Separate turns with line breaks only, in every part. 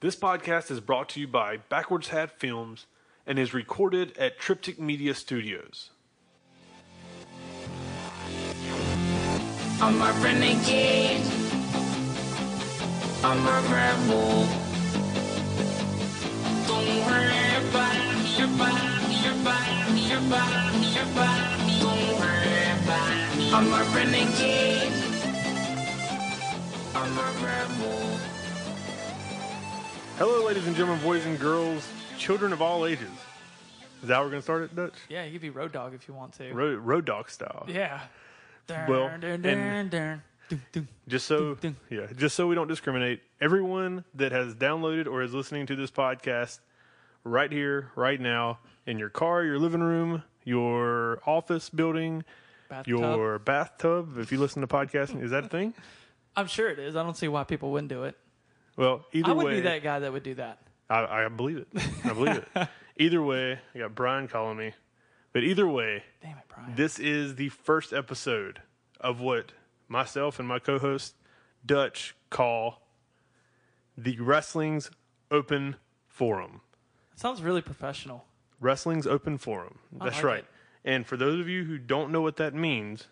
This podcast is brought to you by Backwards Hat Films and is recorded at Triptych Media Studios.
I'm a renegade. I'm a rebel. Don't worry about it, about it, about it, about it, about it. Don't worry about it. I'm a renegade. I'm a rebel.
Hello, ladies and gentlemen, boys and girls, children of all ages. Is that how we're going to start it, Dutch?
Yeah, you could be Road Dog if you want to.
Road, road dog style.
yeah.
Well, and- Just so,
Dun,
yeah, just so we don't discriminate, everyone that has downloaded or is listening to this podcast right here, right now, in your car, your living room, your office building,
your...
your bathtub, if you listen to podcasting, is that a thing?
I'm sure it is. I don't see why people wouldn't do it.
Well, either
I would
way,
be that guy that would do that.
I, I believe it. I believe it. Either way, I got Brian calling me. But either way,
Damn it, Brian.
this is the first episode of what myself and my co host Dutch call the Wrestling's Open Forum.
sounds really professional.
Wrestling's Open Forum. That's
like
right.
it.
And for those of you who don't know what that means,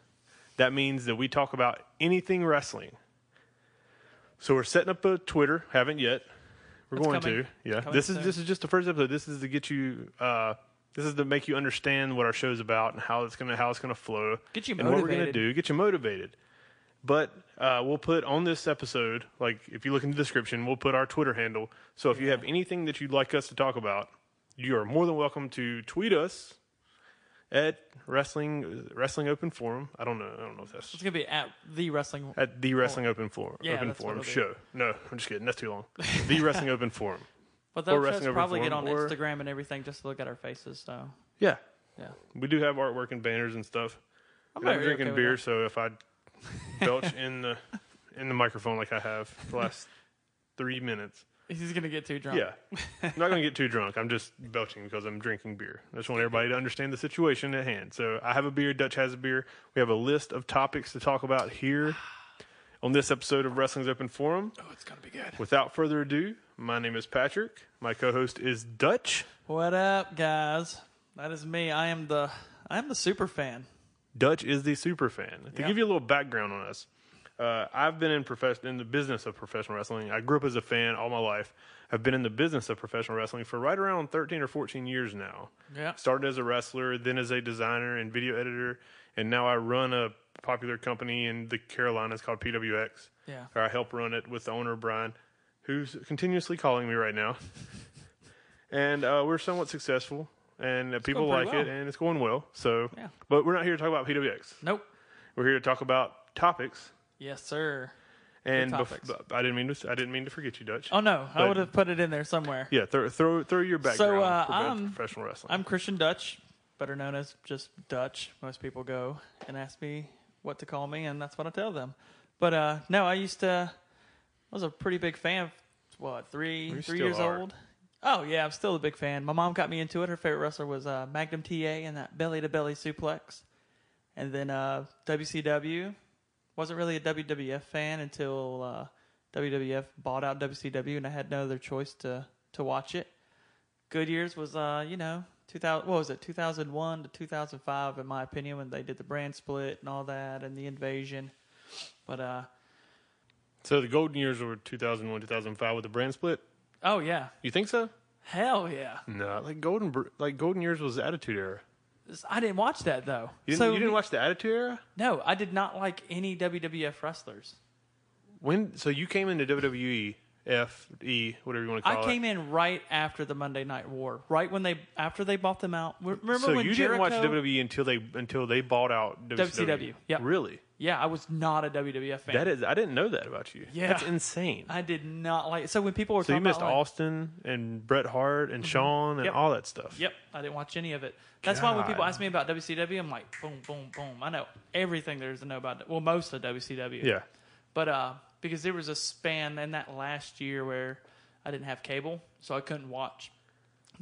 that means that we talk about anything wrestling. So we're setting up a Twitter. Haven't yet. We're
It's
going
coming.
to. Yeah.
It's coming
This is
soon.
this is just the first episode. This is to get you. Uh, this is to make you understand what our show's about and how it's gonna how it's gonna flow.
Get you
and what we're gonna
motivated.
do. Get you motivated. But uh, we'll put on this episode, like if you look in the description, we'll put our Twitter handle. So if you have anything that you'd like us to talk about, you are more than welcome to tweet us at wrestling wrestling open forum. I don't know. I don't know if that's
It's going to be at the wrestling.
at the Wrestling Open Forum.
Oh. Yeah,
open
that's what
forum
it'll be.
show. No, I'm just kidding. That's too long. The Wrestling Open Forum.
But they'll
wrestling
just
over
probably
form,
get on
or-
Instagram and everything just to look at our faces. So,
Yeah,
yeah.
we do have artwork and banners and stuff. And I'm
very
drinking
okay with
beer,
that.
so if I belch in the in the microphone like I have for the last three minutes,
He's going to get too drunk.
yeah, I'm not gonna get too drunk. I'm just belching because I'm drinking beer. I just want everybody to understand the situation at hand. So I have a beer. Dutch has a beer. We have a list of topics to talk about here on this episode of Wrestling's Open Forum.
Oh, it's going to be good.
Without further ado, my name is Patrick. My co-host is Dutch.
What up, guys? That is me. I am the I am the super fan.
Dutch is the super fan. To
Yeah.
give you a little background on us, uh, I've been in profess- in the business of professional wrestling. I grew up as a fan all my life. I've been in the business of professional wrestling for right around 13 or 14 years now.
Yeah.
Started as a wrestler, then as a designer and video editor, and now I run a popular company in the Carolinas called PWX.
Yeah.
or I help run it with the owner Brian, who's continuously calling me right now. And uh, we're somewhat successful, and uh, people
going
like
pretty
it,
well.
and it's going well. So,
Yeah.
but we're not here to talk about PWX.
Nope.
We're here to talk about topics.
Yes, sir.
And bef-
topics.
b- I didn't mean to. I didn't mean to forget you, Dutch.
Oh no, I
But-
would have put it in there somewhere.
Yeah, throw throw throw your background.
So, uh,
profe-
I'm-
professional wrestling.
I'm Christian Dutch, better known as just Dutch. Most people go and ask me what to call me, and that's what I tell them. But uh, no, I used to. I was a pretty big fan. Of, what three
You still
three years
are.
old? Oh yeah, I'm still a big fan. My mom got me into it. Her favorite wrestler was uh, Magnum TA and that belly to belly suplex, and then uh, WCW. Wasn't really a WWF fan until uh, WWF bought out WCW, and I had no other choice to to watch it. Good years was uh you know 2000 what was it 2001 to 2005 in my opinion when they did the brand split and all that and the invasion but uh
so the golden years were 2001, 2005 with the brand split.
oh yeah
You think so?
hell yeah
No, like golden Br- like golden years was the Attitude Era.
This- I didn't watch that though
You didn't,
so
you didn't watch the Attitude Era?
no I did not like any WWF wrestlers
When so you came into WWE F E whatever you want to call it.
I came in right after the Monday Night War right when they after they bought them out W- remember
So
when
you
Jericho,
didn't watch E? WWE until they until they bought out WCW.
WCW, yep.
Really?
yeah I was not a WWF fan
That is I didn't know that about you.
Yeah.
That's insane.
I did not like so when people were
so you
talking
missed
about, like, Mm-hmm.
Austin and Bret Hart and Shawn and
Yep.
all that stuff.
Yep, I didn't watch any of it. That's why when people
God.
ask me about WCW, I'm like, boom, boom, boom. I know everything there is to know about. it. Well, most of WCW.
Yeah.
But uh, because there was a span in that last year where I didn't have cable, so I couldn't watch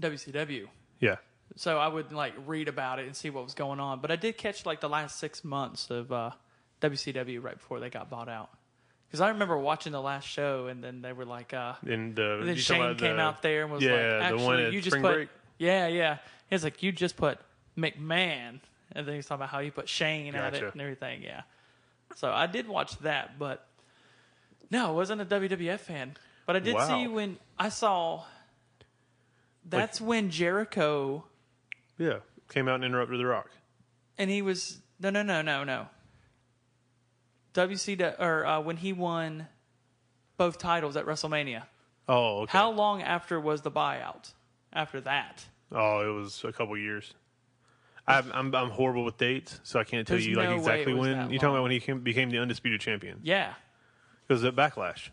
WCW.
Yeah.
So I would like read about it and see what was going on. But I did catch like the last six months of uh, WCW right before they got bought out. Because I remember watching the last show, and then they were like, uh,
And the
and then
you talking
Shane
about
came
the-
out there and was
yeah,
like,
the
actually,
one at
you just
spring
put,
break.
yeah, yeah. He's like, you just put McMahon, and then he's talking about how you put Shane at
Gotcha.
it and everything. Yeah. So I did watch that, but no, I wasn't a WWF fan. But I did
Wow.
see when I saw. That's when Jericho
Yeah, came out and interrupted The Rock.
and he was no no no no no. WC or uh, when he won both titles at WrestleMania.
Oh, okay.
How long after was the buyout? After that,
Oh, it was a couple years. I'm I'm, I'm horrible with dates, so I can't tell
There's
you like
no way it
exactly
was
when. You're
that
talking
long.
about when he came, became the undisputed champion.
yeah,
It was at Backlash.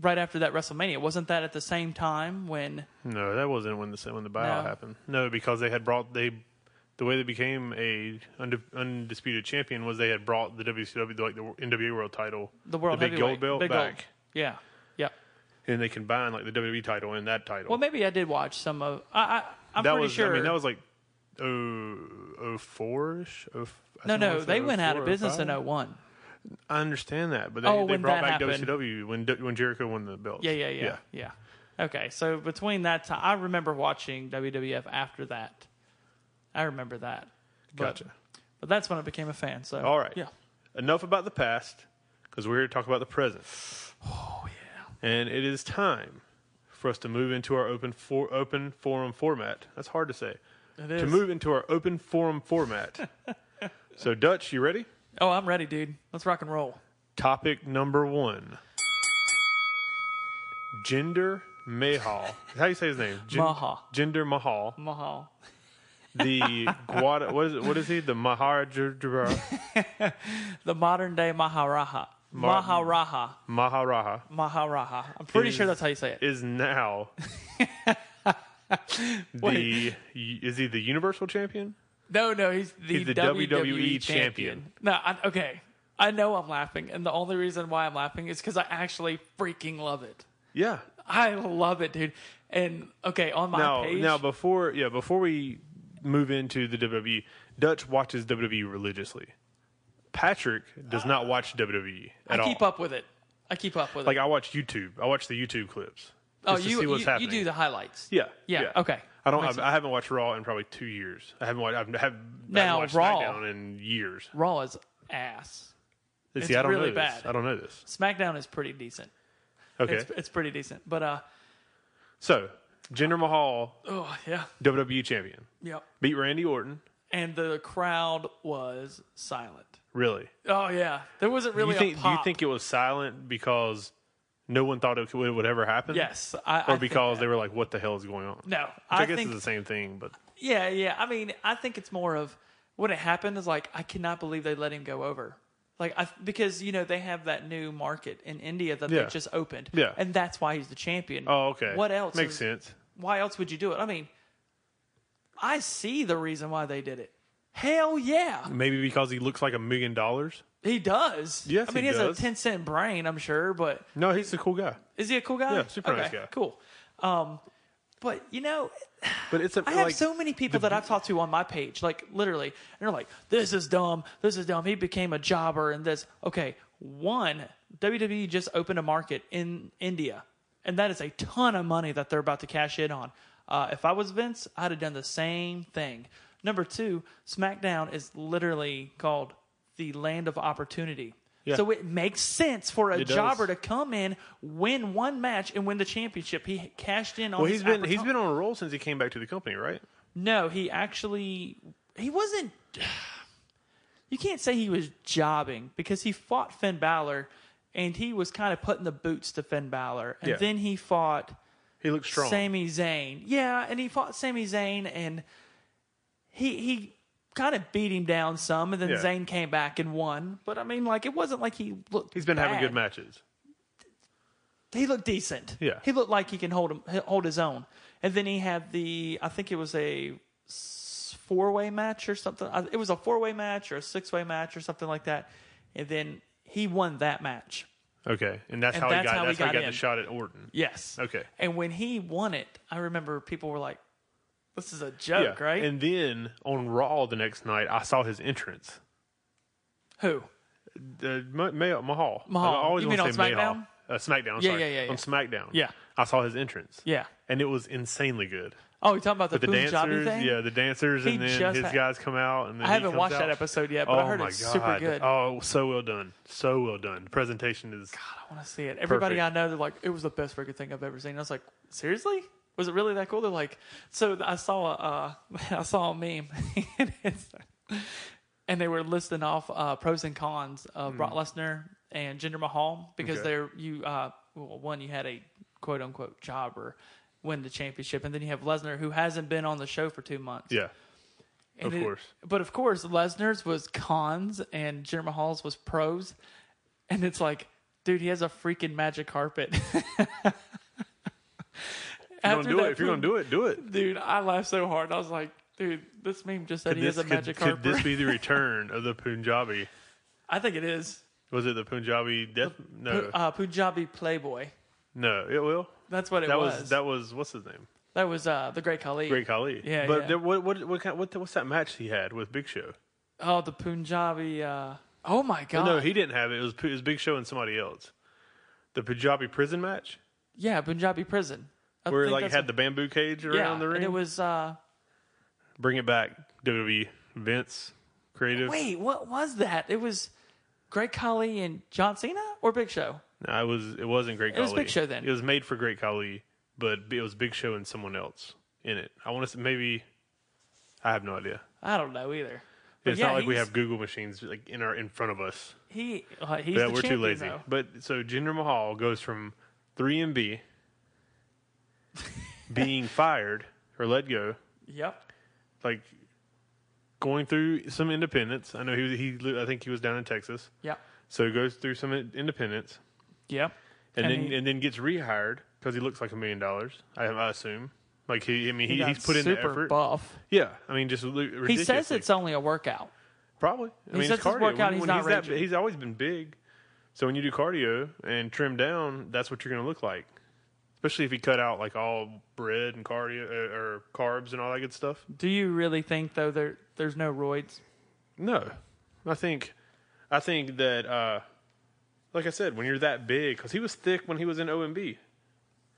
right after that WrestleMania. Wasn't that at the same time when?
No, that wasn't when the when the buyout
No.
happened. No, because they had brought they the way they became a unde, undisputed champion was they had brought the WCW like the NWA World Title,
The world
the big gold
heavyweight-
belt
big gold.
back,
Yeah, yeah.
and they combined like the WWE title and that title.
Well, maybe I did watch some of. I, I I'm
that
pretty
was
sure.
I mean that was like oh four ish.
no, no, they
oh
went out of business in 01.
I understand that, but they,
Oh,
they
when
brought
that
back
happened.
WCW when D- when Jericho won the belt.
Yeah, yeah, yeah, yeah, Okay, so between that time, I remember watching WWF after that. I remember that. But-
Gotcha.
But that's when I became a fan. So
All right.
yeah,
Enough about the past, because we're here to talk about the present. Oh yeah. And it is time for us to move into our open for open forum format. That's hard to say.
it
To move into our open forum format. so Dutch, you ready?
Oh, I'm ready, dude. Let's rock and roll.
Topic number one. Gender Mahal. How do you say his name? Gen-
Mahal.
Gender Mahal.
Mahal.
the Guada, what is it, what is he? The Maharaja
The modern day Maharaja.
Mar-
Maharaja.
Maharaja
Maharaja. I'm pretty
Is-
sure that's how you say it.
is now the is he the Universal Champion?
No, no, he's the,
He's the WWE
WWE, champion.
champion.
No, I, okay. I know I'm laughing, and the only reason why I'm laughing is because I actually freaking love it.
Yeah.
I love it, dude. And okay, on my
Now,
page,
now before yeah before we move into the WWE, Dutch watches WWE religiously. Patrick does not watch WWE at
I
all.
keep up with it. I keep up with
Like
it.
I watch YouTube. I watch the YouTube clips.
Oh,
just to
you
see what's
you, you
happening.
do the highlights.
Yeah.
Yeah, okay.
I don't.
Makes
I've,
sense.
I haven't watched Raw in probably two years. I haven't watched. I've, I haven't, I haven't
Now,
watched
Raw-
SmackDown in years.
Raw is ass.
See,
it's
I don't
really
know this.
bad.
I don't know this.
SmackDown is pretty decent.
Okay.
It's, it's pretty decent, but uh,
so, Jinder Mahal,
oh yeah,
WWE champion,
yep.
beat Randy Orton.
And the crowd was silent.
Really?
Oh yeah, there wasn't really
you think?
a
Do
pop.
you think it was silent because no one thought it would, would ever happen?
yes, I, I
Or
think
because
that.
they were like, "What the hell is going on?" Which
no,
I,
I
guess
think
it's the same thing, but
yeah, yeah. I mean, I think it's more of what it happened is like I cannot believe they let him go over. Like I because you know they have that new market in India that
Yeah.
they just opened.
Yeah.
and that's why he's the champion.
oh, okay.
What else
makes
is-
sense?
why else would you do it? I mean, I see the reason why they did it. Hell yeah,
Maybe because he looks like a million dollars.
he does.
Yes,
I mean
he
has
does.
a ten cent brain, I'm sure, but
No, he's a cool guy,
is he a cool guy?
Yeah, super
okay,
nice guy.
Cool. Um, but you know,
but it's a
I have
like,
so many people that I've talked to on my page, like literally, and they're like, "This is dumb. This is dumb." He became a jobber, and this. Okay, one WWE just opened a market in India, and that is a ton of money that they're about to cash in on. Uh, if I was Vince, I'd have done the same thing. Number two, SmackDown is literally called the land of opportunity.
Yeah.
So it makes sense for a
It does.
jobber to come in, win one match, and win the championship. He cashed in on.
Well,
his
he's been he's
opportun-
been on a roll since he came back to the company, right?
no, he actually he wasn't. You can't say he was jobbing because he fought Finn Balor, and he was kind of putting the boots to Finn Balor, and
Yeah.
then he fought
He looks strong.
Sami Zayn. Yeah, and he fought Sami Zayn, and he he kind of beat him down some, and then
Yeah.
Zayn came back and won. But I mean, like it wasn't like he looked.
He's been having
bad
good matches.
he looked decent.
Yeah.
he looked like he can hold him hold his own. And then he had the I think it was a four way match or something. I- It was a four way match or a six way match or something like that. And then he won that match.
Okay, and that's
And
how he
that's
got.
how he
that's how he
got
got the
in.
shot at Orton.
Yes.
Okay.
And when he won it, I remember people were like, "This is a joke, right?"
And then on Raw the next night, I saw his entrance.
Who?
the Ma- May- Mahal.
Mahal.
I always
You
want to
mean on
say Mahal.
SmackDown?
Uh, SmackDown.
Yeah,
sorry.
yeah, yeah, yeah.
On SmackDown.
Yeah.
I saw his entrance.
Yeah.
And it was insanely good.
Oh, you're talking about the,
But the
Punjabi
dancers,
thing?
yeah, the dancers,
He
and then
just
his
had-
guys come out, and then
I
he
haven't
comes
watched
out.
that episode yet, but
oh
I heard
my
it's
God.
super good.
Oh, so well done, so well done. Presentation is
I want to see it. Everybody
Perfect.
I know, they're like, it was the best freaking thing I've ever seen. I was like, seriously? Was it really that cool? They're like, so I saw a, uh, I saw a meme, and, it's, and they were listing off uh, pros and cons of Brock Lesnar and Jinder Mahal because
Hmm. Okay.
they're you uh, well, one you had a quote unquote jobber win the championship, and then you have Lesnar who hasn't been on the show for two months.
yeah.
And
Of course.
But of course, Lesnar's was cons and Jinder Mahal's was pros. And it's like, dude, he has a freaking magic carpet.
If you're gonna do it, if you're gonna do it, do it.
Dude, I laughed so hard. I was like, dude, this meme just said he
This
has a
could,
magic
could
carpet.
this be the return of the Punjabi?
I think it is.
Was it the Punjabi death? No,
Uh, Punjabi Playboy.
no, it will.
That's what it
That
was.
was that was what's his name?
That was uh, the Great Khali.
Great Khali.
Yeah,
But
yeah.
there- what what what kind, what what's that match he had with Big Show?
Oh, the Punjabi. Uh, oh my God.
No, he didn't have it. It was it was Big Show and somebody else. The Punjabi prison match
yeah, Punjabi prison. I
where
think
like
that's
had
what-
the bamboo cage around
yeah,
the ring.
And it was. Uh,
Bring it back, WWE. Vince, creative.
Wait, what was that? It was Great Khali and John Cena or Big Show?
I was. It wasn't Great.
It was
Khali.
Big Show then.
It was made for Great Khali, but it was Big Show and someone else in it. I want to maybe. I have no idea.
I don't know either. But
It's
yeah,
not like we
he's-
have Google machines like in our in front of us.
He uh, he's
Yeah,
the
we're too
champion,
lazy.
though.
But so Jinder Mahal goes from three and B being fired or let go,
Yep.
like going through some independence. I know he was- he li- I think he was down in Texas,
Yep.
so he goes through some in- independence
Yep.
and,
And
then
he-
and then gets rehired because he looks like a million dollars. I, I assume. Like he, I mean, he,
got
he's put in the
super
effort.
buff.
yeah, I mean, just ridiculous.
He says it's only a workout.
Probably. I mean,
says
it's
his
cardio.
workout,
When-
he's
when
not
he's, that,
raging.
he's always been big. So when you do cardio and trim down, that's what you're going to look like. Especially if you cut out like all bread and cardio uh, or carbs and all that good stuff.
Do you really think though there there's no roids?
No, I think, I think that, uh, like I said, when you're that big, because he was thick when he was in OMB.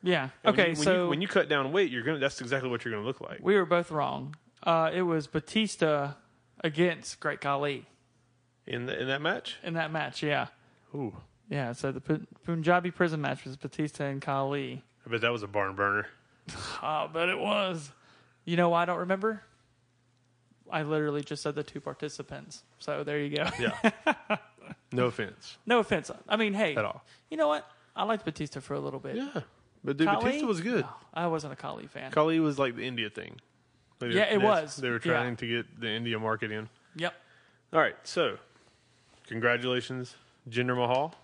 Yeah.
When
okay.
you, when
so
you, when you cut down weight, you're gonna. That's exactly what you're gonna look like.
we were both wrong. Uh, it was Batista against Great Khali
In the, in that match,
in that match. Yeah.
ooh,
Yeah. So the P- Punjabi prison match was Batista and Khali.
I bet that was a barn burner.
Oh, but it was. You know why I don't remember? I literally just said the two participants. So there you go.
Yeah. no offense
no offense. I mean, hey,
at all.
you know what? I liked Batista for a little bit.
Yeah, but dude,
Khali?
Batista was good.
No, I wasn't a Kali fan.
Kali was like the India thing. Like,
Yeah, it
that's-
was.
They were
Yeah.
trying to get the India market in.
Yep.
All right, so congratulations, Jinder Mahal.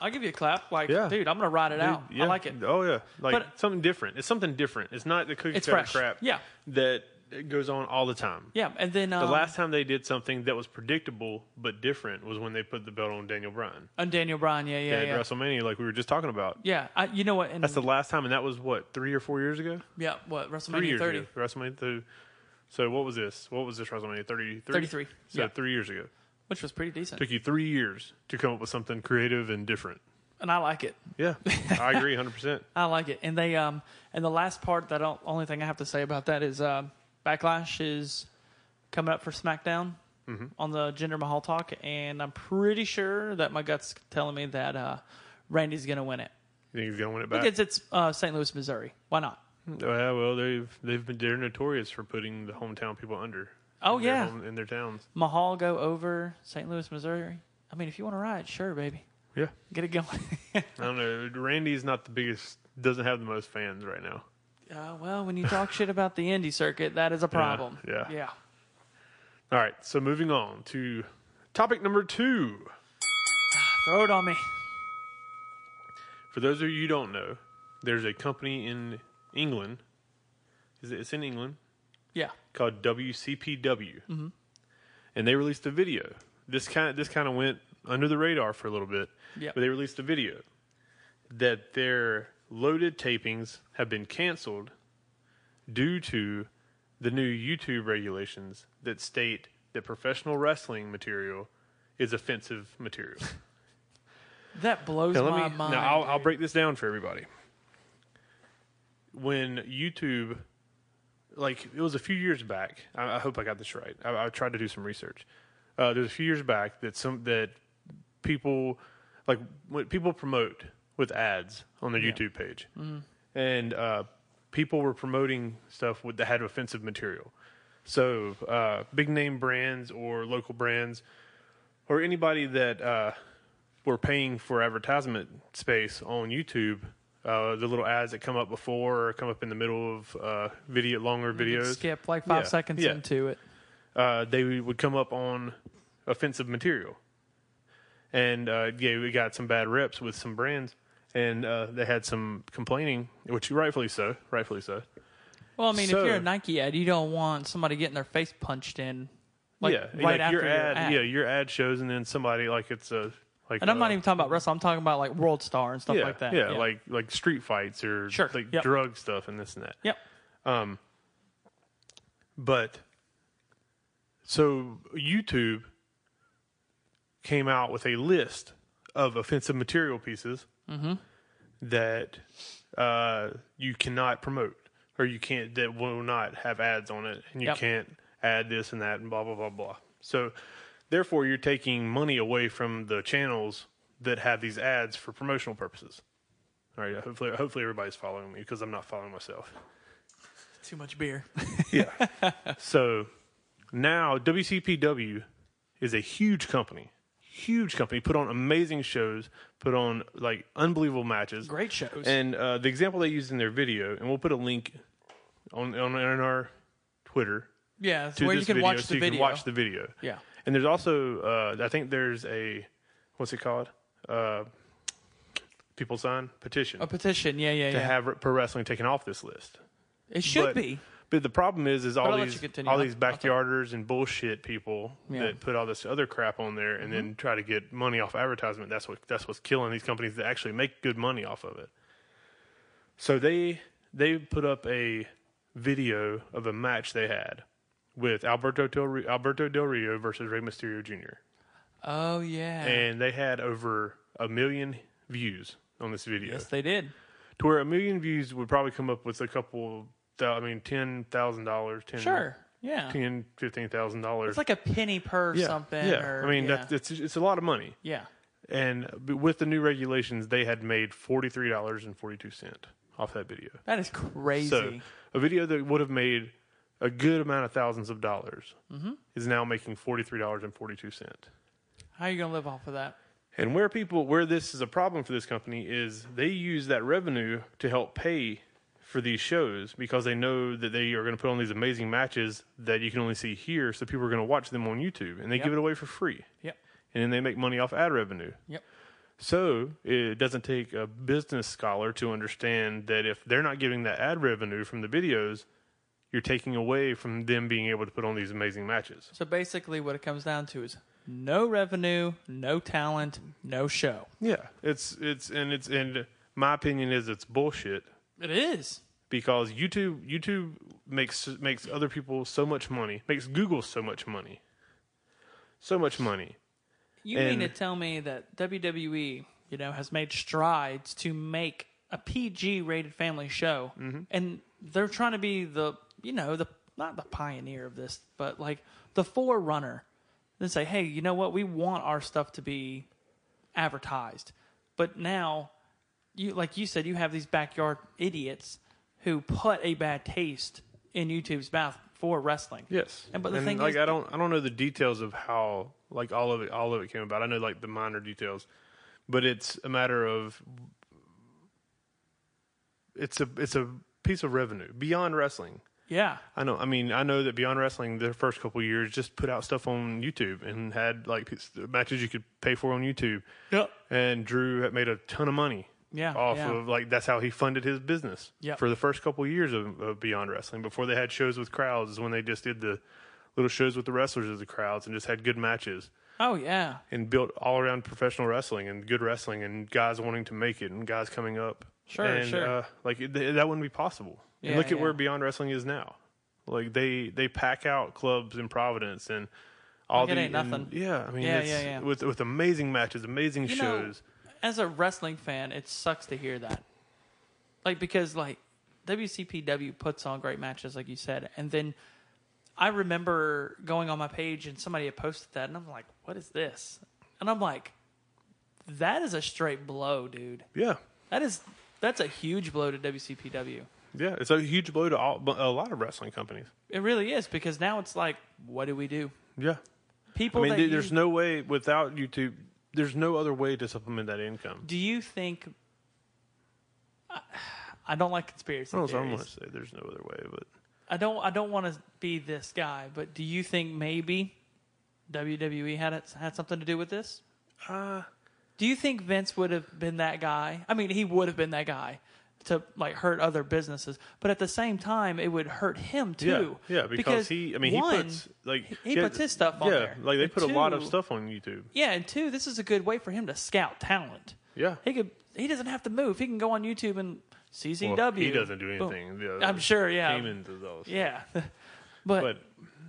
I'll give you a clap. Like,
Yeah.
dude, I'm going to ride it out.
Dude, yeah.
I like it.
Oh yeah, like
But-
something different. It's something different. It's not the cookie
It's
cutter
fresh.
crap.
Yeah.
that it goes on all the time.
Yeah. And then um,
The last time they did something that was predictable but different was when they put the belt on Daniel Bryan
on Daniel Bryan. Yeah. Yeah.
at
Yeah. Mm-hmm.
WrestleMania, like we were just talking about.
Yeah. I, you know what? And,
That's the last time, and that was what three or four years ago.
yeah. What?
three
WrestleMania
years
30.
ago. WrestleMania two. So what was this? What was this WrestleMania? Thirty three.
33,
So
yeah.
three years ago.
Which was pretty decent.
Took you three years to come up with something creative and different.
And I like it.
Yeah, I agree, hundred percent.
I like it. And they um and the last part that I only thing I have to say about that is um Backlash is coming up for SmackDown
Mm-hmm.
on the Jinder Mahal talk, and I'm pretty sure that my guts telling me that uh, Randy's gonna win it
You think he's gonna win it back? Oh,
because it's uh, St. Louis, Missouri. Why not?
Yeah, well, they've they've been they're notorious for putting the hometown people under.
Oh,
in their
yeah.
home- in their towns.
Mahal go over St. Louis, Missouri. I mean, if you want to ride, sure, baby,
Yeah,
get it going. uh,
I don't know. Randy's not the biggest. Doesn't have the most fans right now.
Uh, well, when you talk shit about the indie circuit, that is a problem.
yeah.
yeah.
All right, so moving on to topic number two.
Throw it on me.
For those of you who don't know, there's a company in England. Is it, it's in England
Yeah.
called WCPW, and they released a video. This kind this kind of went under the radar for a little bit,
Yep.
but they released a video that their loaded tapings have been canceled due to the new YouTube regulations that state that professional wrestling material is offensive material.
That blows
Now, let
my
me,
mind.
now I'll, I'll
dude.
break this down for everybody. When YouTube, like it was a few years back, I, I hope I got this right. I, I tried to do some research. Uh, there's a few years back that some that people like what people promote with ads on their YouTube page,
Mm-hmm.
and uh, people were promoting stuff with, that had offensive material. So uh, big name brands or local brands or anybody that uh, were paying for advertisement space on YouTube, uh, the little ads that come up before or come up in the middle of uh, video longer videos,
skip like five
Yeah,
seconds
yeah.
into it.
uh, they would come up on offensive material. And uh, yeah, we got some bad reps with some brands, and uh, they had some complaining, which rightfully so, rightfully so.
Well, I mean,
So-
if you're a Nike ad, you don't want somebody getting their face punched in. Like,
yeah,
right
like
after
your
your
ad,
ad.
yeah, your ad shows, and then somebody like it's a like,
And I'm not
uh,
even talking about wrestle. I'm talking about like World Star and stuff
yeah,
like that.
Yeah, like like street fights or
Sure,
like
yep.
drug stuff and this and that.
yep.
But so YouTube came out with a list of offensive material pieces that uh, you cannot promote or you can't that will not have ads on it, and you
Yep.
can't add this and that and blah blah blah blah. So therefore, you're taking money away from the channels that have these ads for promotional purposes. All right, hopefully, hopefully everybody's following me because I'm not following myself.
Too much beer.
So now WCPW is a huge company, huge company. Put on amazing shows, put on like unbelievable matches,
Great shows.
And uh, the example they used in their video, and we'll put a link on on, on our Twitter
yeah, it's
to
where you
this
can
video,
watch
so
the
you
video.
can watch the video.
yeah.
And there's also uh, I think there's a what's it called? Uh, people sign petition
A petition. Yeah, yeah,
to
yeah.
have pro wrestling taken off this list.
it
but-
should be.
But the problem is, is all
I'll let
these
you continue.
all
I'll-
these backyarders and bullshit people
Yeah. Mm-hmm.
that put all this other crap on there and then try to get money off advertisement. That's what that's what's killing these companies that actually make good money off of it. So they they put up a video of a match they had with Alberto Del Rio, Alberto Del Rio versus Rey Mysterio Jr.
Oh yeah.
and they had over a million views on this video
yes, they did.
to where a million views would probably come up with a couple. thou- I mean, ten thousand dollars, ten
Sure. Yeah.
ten, fifteen thousand dollars.
It's like a penny per something.
Yeah,
Or,
I mean
yeah.
That's, it's it's a lot of money,
yeah.
and but with the new regulations, they had made forty three dollars and forty two cent off that video.
That is crazy.
So a video that would have made a good amount of thousands of dollars
Mm-hmm.
is now making forty three dollars and forty two cent.
How are you gonna live off of that?
And where people where this is a problem for this company is they use that revenue to help pay for these shows because they know that they are going to put on these amazing matches that you can only see here, so people are going to watch them on YouTube, and they give it away for free,
Yep.
and then they make money off ad revenue.
Yep.
So it doesn't take a business scholar to understand that if they're not getting that ad revenue from the videos, you're taking away from them being able to put on these amazing matches.
So basically, what it comes down to is no revenue, no talent, no show.
Yeah, it's it's and it's and my opinion is it's bullshit
It is.
because YouTube YouTube makes makes other people so much money, makes Google so much money, so much money.
You
And-
mean to tell me that WWE, you know, has made strides to make a PG-rated family show,
Mm-hmm.
and they're trying to be the, you know, the not the pioneer of this, but like the forerunner. They say, hey, you know what? We want our stuff to be advertised, but now, you like you said, you have these backyard idiots who put a bad taste in YouTube's mouth for wrestling.
Yes,
And- but the thing
like
is-
I don't I don't know the details of how like all of it all of it came about. I know like the minor details, but it's a matter of it's a it's a piece of revenue beyond wrestling.
Yeah.
I know. I mean, I know that Beyond Wrestling, their first couple years, just put out stuff on YouTube and had like piece- matches you could pay for on YouTube.
Yep.
And Drew had made a ton of money.
Yeah,
Off
yeah.
of like that's how he funded his business.
Yep.
For the first couple years of, of Beyond Wrestling, before they had shows with crowds, is when they just did the little shows with the wrestlers as the crowds and just had good matches
Oh yeah.
and built all around professional wrestling and good wrestling and guys wanting to make it and guys coming up.
Sure,
and,
sure.
Uh, like it, th- that wouldn't be possible. and
Yeah,
look at
yeah.
where Beyond Wrestling is now. Like they they pack out clubs in Providence and All
Like it
the
ain't
and-
nothing.
yeah, I mean,
Yeah,
it's,
yeah, yeah.
with with amazing matches, amazing
You know,
shows.
as a wrestling fan, it sucks to hear that. Like because like WCPW puts on great matches, like you said, and then I remember going on my page and somebody had posted that, and I'm like, "What is this?" And I'm like, "That is a straight blow, dude.
yeah,
That is that's a huge blow to WCPW.
yeah, it's a huge blow to all, bu- a lot of wrestling companies.
It really is because now it's like, what do we do?
Yeah, I
People,
mean,
that
th- there's
you-
no way without YouTube. There's no other way to supplement that income.
Do you think? I, I don't like conspiracy
I don't
theories.
want to say there's no other way, but
I don't I don't want to be this guy, but do you think maybe WWE had it, had something to do with this?
uh,
Do you think Vince would have been that guy? I mean, he would have been that guy to like hurt other businesses, but at the same time, it would hurt him too.
Yeah, yeah, because, he. I mean,
one,
he puts like
he
yeah,
puts his stuff on
yeah,
there.
like they
And
put a lot of
two-
stuff on YouTube.
Yeah, and two, this is a good way for him to scout talent.
Yeah,
He could. He doesn't have to move. He can go on YouTube and CCW.
Well, he doesn't do
Boom.
anything. The
I'm sure, yeah.
Heyman does all this.
Yeah, but,
but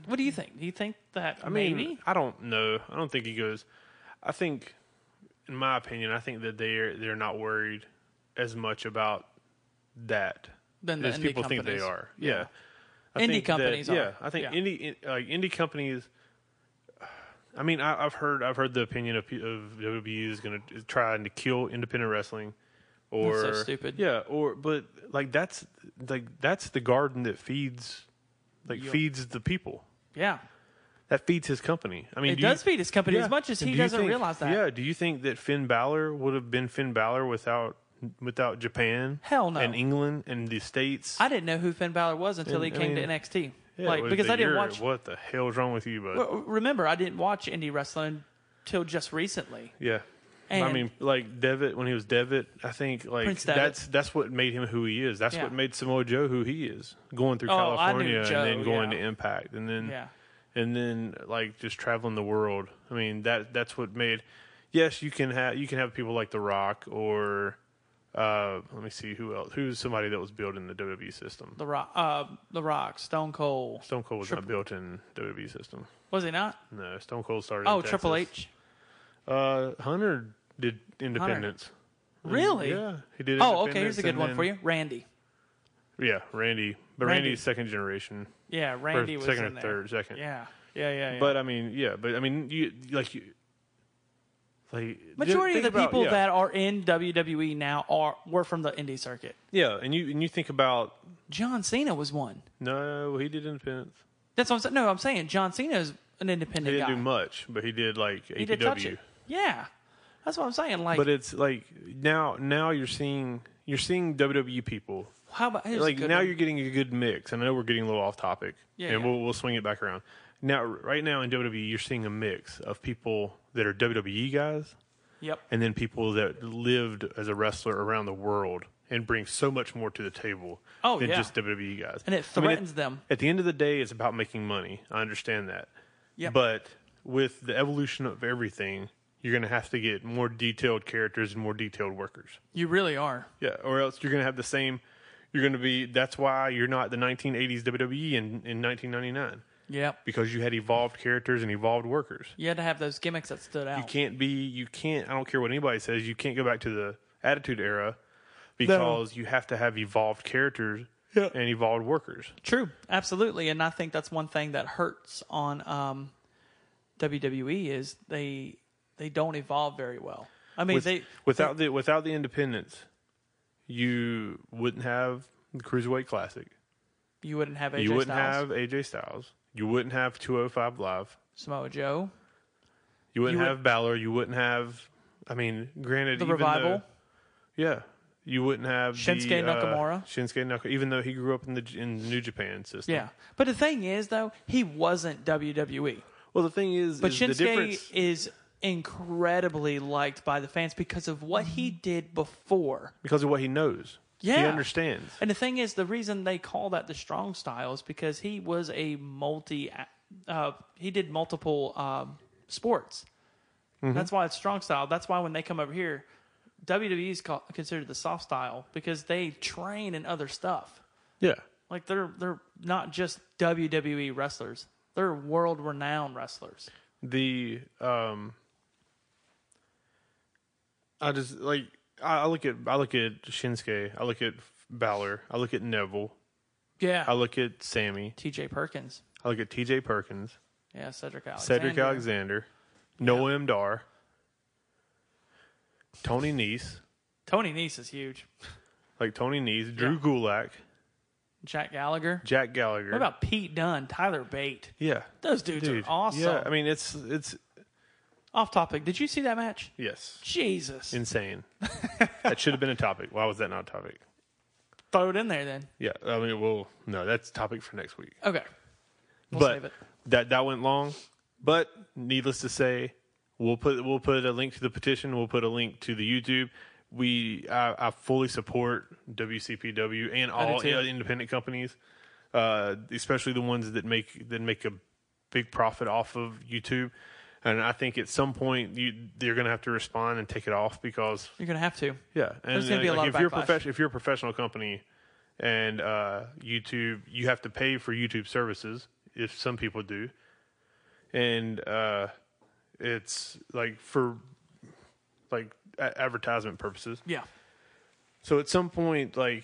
what do you think? Do you think that
I mean,
maybe?
I don't know. I don't think he goes. I think, in my opinion, I think that they're they're not worried as much about that
Than the
as
indie
people think
companies.
they are. Yeah, I
Indie
think that-
companies are.
Yeah, I think
Yeah.
indie in- like indie companies. I mean, I, I've heard I've heard the opinion of, pe- of WWE is going to try and to kill independent wrestling, or
so stupid.
Yeah, or but like that's like that's the garden that feeds, like
Yeah.
feeds the people
Yeah,
that feeds his company. I mean,
it
do you-
does feed his company
yeah.
as much as
And
he
do you
doesn't
think-
realize that.
Yeah. Do you think that Finn Balor would have been Finn Balor without without Japan?
Hell no.
And England and the states.
I didn't know who Finn Balor was
And,
until he
I
came
mean,
to NXT.
Yeah,
like
with
because
the
I didn't
Euro-
watch.
What the hell is wrong with you, bud?
Well, Remember, I didn't watch indie wrestling until just recently.
yeah. I
and-
mean, like Devitt when he was Devitt, I think like
Prince Devitt.
that's that's what made him who he is. That's
Yeah.
what made Samoa Joe who he is. Going through
Oh, I knew
California
Joe,
and then going
yeah.
to Impact and then
Yeah,
and then like just traveling the world. I mean that that's what made. Yes, you can have you can have people like The Rock or uh, let me see who else who's somebody that was built in the WWE system.
The Rock, uh, The Rock, Stone Cold,
Stone Cold was not built in WWE system.
was he not?
No, Stone Cold started. in
Oh, Triple
Texas.
H.
Uh, Hunter did Independence.
Really?
Yeah, he did.
Oh, okay.
Independence
Here's a good
and
one
then-
for you, Randy.
Yeah, Randy, but
Randy.
Randy's second generation,
Yeah,
or
Randy was
second or
in there.
third, second.
Yeah, yeah, yeah. yeah.
But I mean, yeah, but I mean, you like you. Like,
majority of
think
the
about-
people
yeah.
that are in WWE now are were from the indie circuit.
Yeah, and you and you think about
John Cena was one.
no, he did Independence.
That's what I'm saying. No, I'm saying John Cena is an independent
He didn't
guy.
do much, but he did like
he
APW.
did touch it. Yeah, that's what I'm saying. Like,
But it's like now, now you're seeing you're seeing WWE people.
how about here's a
Like
good
now
one.
you're getting a good mix, and I know we're getting a little off topic,
Yeah,
and
yeah.
we'll we'll swing it back around. Now, right now in WWE, you're seeing a mix of people that are WWE guys,
Yep.
and then people that lived as a wrestler around the world and bring so much more to the table
Oh,
than
yeah.
just WWE guys.
And it
I mean, at-
threatens them.
At the end of the day, it's about making money. I understand that.
Yep.
But with the evolution of everything, you're going to have to get more detailed characters and more detailed workers.
You really are.
Yeah, or else you're going to have the same. You're going to be. That's why you're not the 1980s WWE E in, in 1999
Yep.
because you had evolved characters and evolved workers.
You had to have those gimmicks that stood out.
You can't be. You can't. I don't care what anybody says. You can't go back to the Attitude Era because you have to have evolved characters
Yeah.
and evolved workers.
True, absolutely, and I think that's one thing that hurts on um, WWE is they they don't evolve very well. I mean,
With-
they
without the without the independence, you wouldn't have the Cruiserweight Classic.
you wouldn't have AJ
you wouldn't
Styles,
have AJ Styles. You wouldn't have 205 Live.
Samoa Joe,
You wouldn't
You would-
have Balor. You wouldn't have. I mean, granted,
the
even
revival.
Though, yeah, you wouldn't have
Shinsuke
the, uh,
Nakamura.
Shinsuke Nakamura, even though he grew up in the in New Japan system.
Yeah, but the thing is, though, he wasn't E. WWE.
Well, the thing is,
But
is the
Shinsuke
difference.
is incredibly liked by the fans because of what he did before.
because of what he knows. He
Yeah.
understands.
And the thing is, the reason they call that the strong style is because he was a multi, uh, he did multiple um, sports.
Mm-hmm.
That's why it's strong style. That's why when they come over here, WWE is called, considered the soft style because they train in other stuff.
Yeah.
Like E they're they're not just WWE wrestlers; they're world renowned wrestlers.
the um I just like I I look at I look at Shinsuke, I look at Balor, I look at Neville,
Yeah.
I look at Sammy,
T.J. Perkins.
I look at TJ Perkins,
Yeah, Cedric Alexander.
Cedric Alexander, Noah M. Dar, Tony Nese,
Tony Nese is huge.
like Tony Nese, Drew
Yeah.
Gulak,
Jack Gallagher.
Jack Gallagher.
What about Pete Dunn, Tyler Bate?
yeah,
Those dudes
dude?
are awesome.
Yeah, I mean it's it's
Off topic. Did you see that match?
yes,
Jesus.
insane. that should have been a topic. Why was that not a topic?
Throw it in there then.
Yeah, I mean, well, no, that's topic for next week.
Okay. We'll
but
save it.
that that went long. But needless to say, we'll put we'll put a link to the petition. We'll put a link to the YouTube. We I, I fully support WCPW and all
too.
in- independent companies, uh, especially the ones that make that make a big profit off of YouTube. And I think at some point you they're going to have to respond and take it off because
You're going to have to.
yeah, and
There's gonna be a
like,
lot
if
of
you're a
backlash.
profession, if you're a professional company, and uh, YouTube, you have to pay for YouTube services. If some people do, and uh, it's like for like a- advertisement purposes.
Yeah.
So at some point, like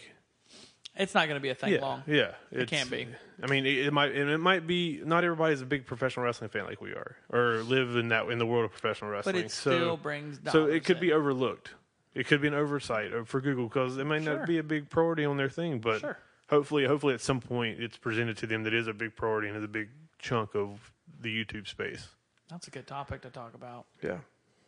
It's not going to be a thing
yeah,
long.
yeah, it's-
can't be.
I mean, it, it might, and it might be. Not everybody's a big professional wrestling fan like we are, or live in that in the world of professional
But
wrestling.
it
so,
still brings dollars
so it could
in.
be overlooked. It could be an oversight uh, for Google because it may
Sure.
not be a big priority on their thing, but
Sure.
hopefully, hopefully at some point it's presented to them that is a big priority and is a big chunk of the YouTube space.
That's a good topic to talk about.
Yeah,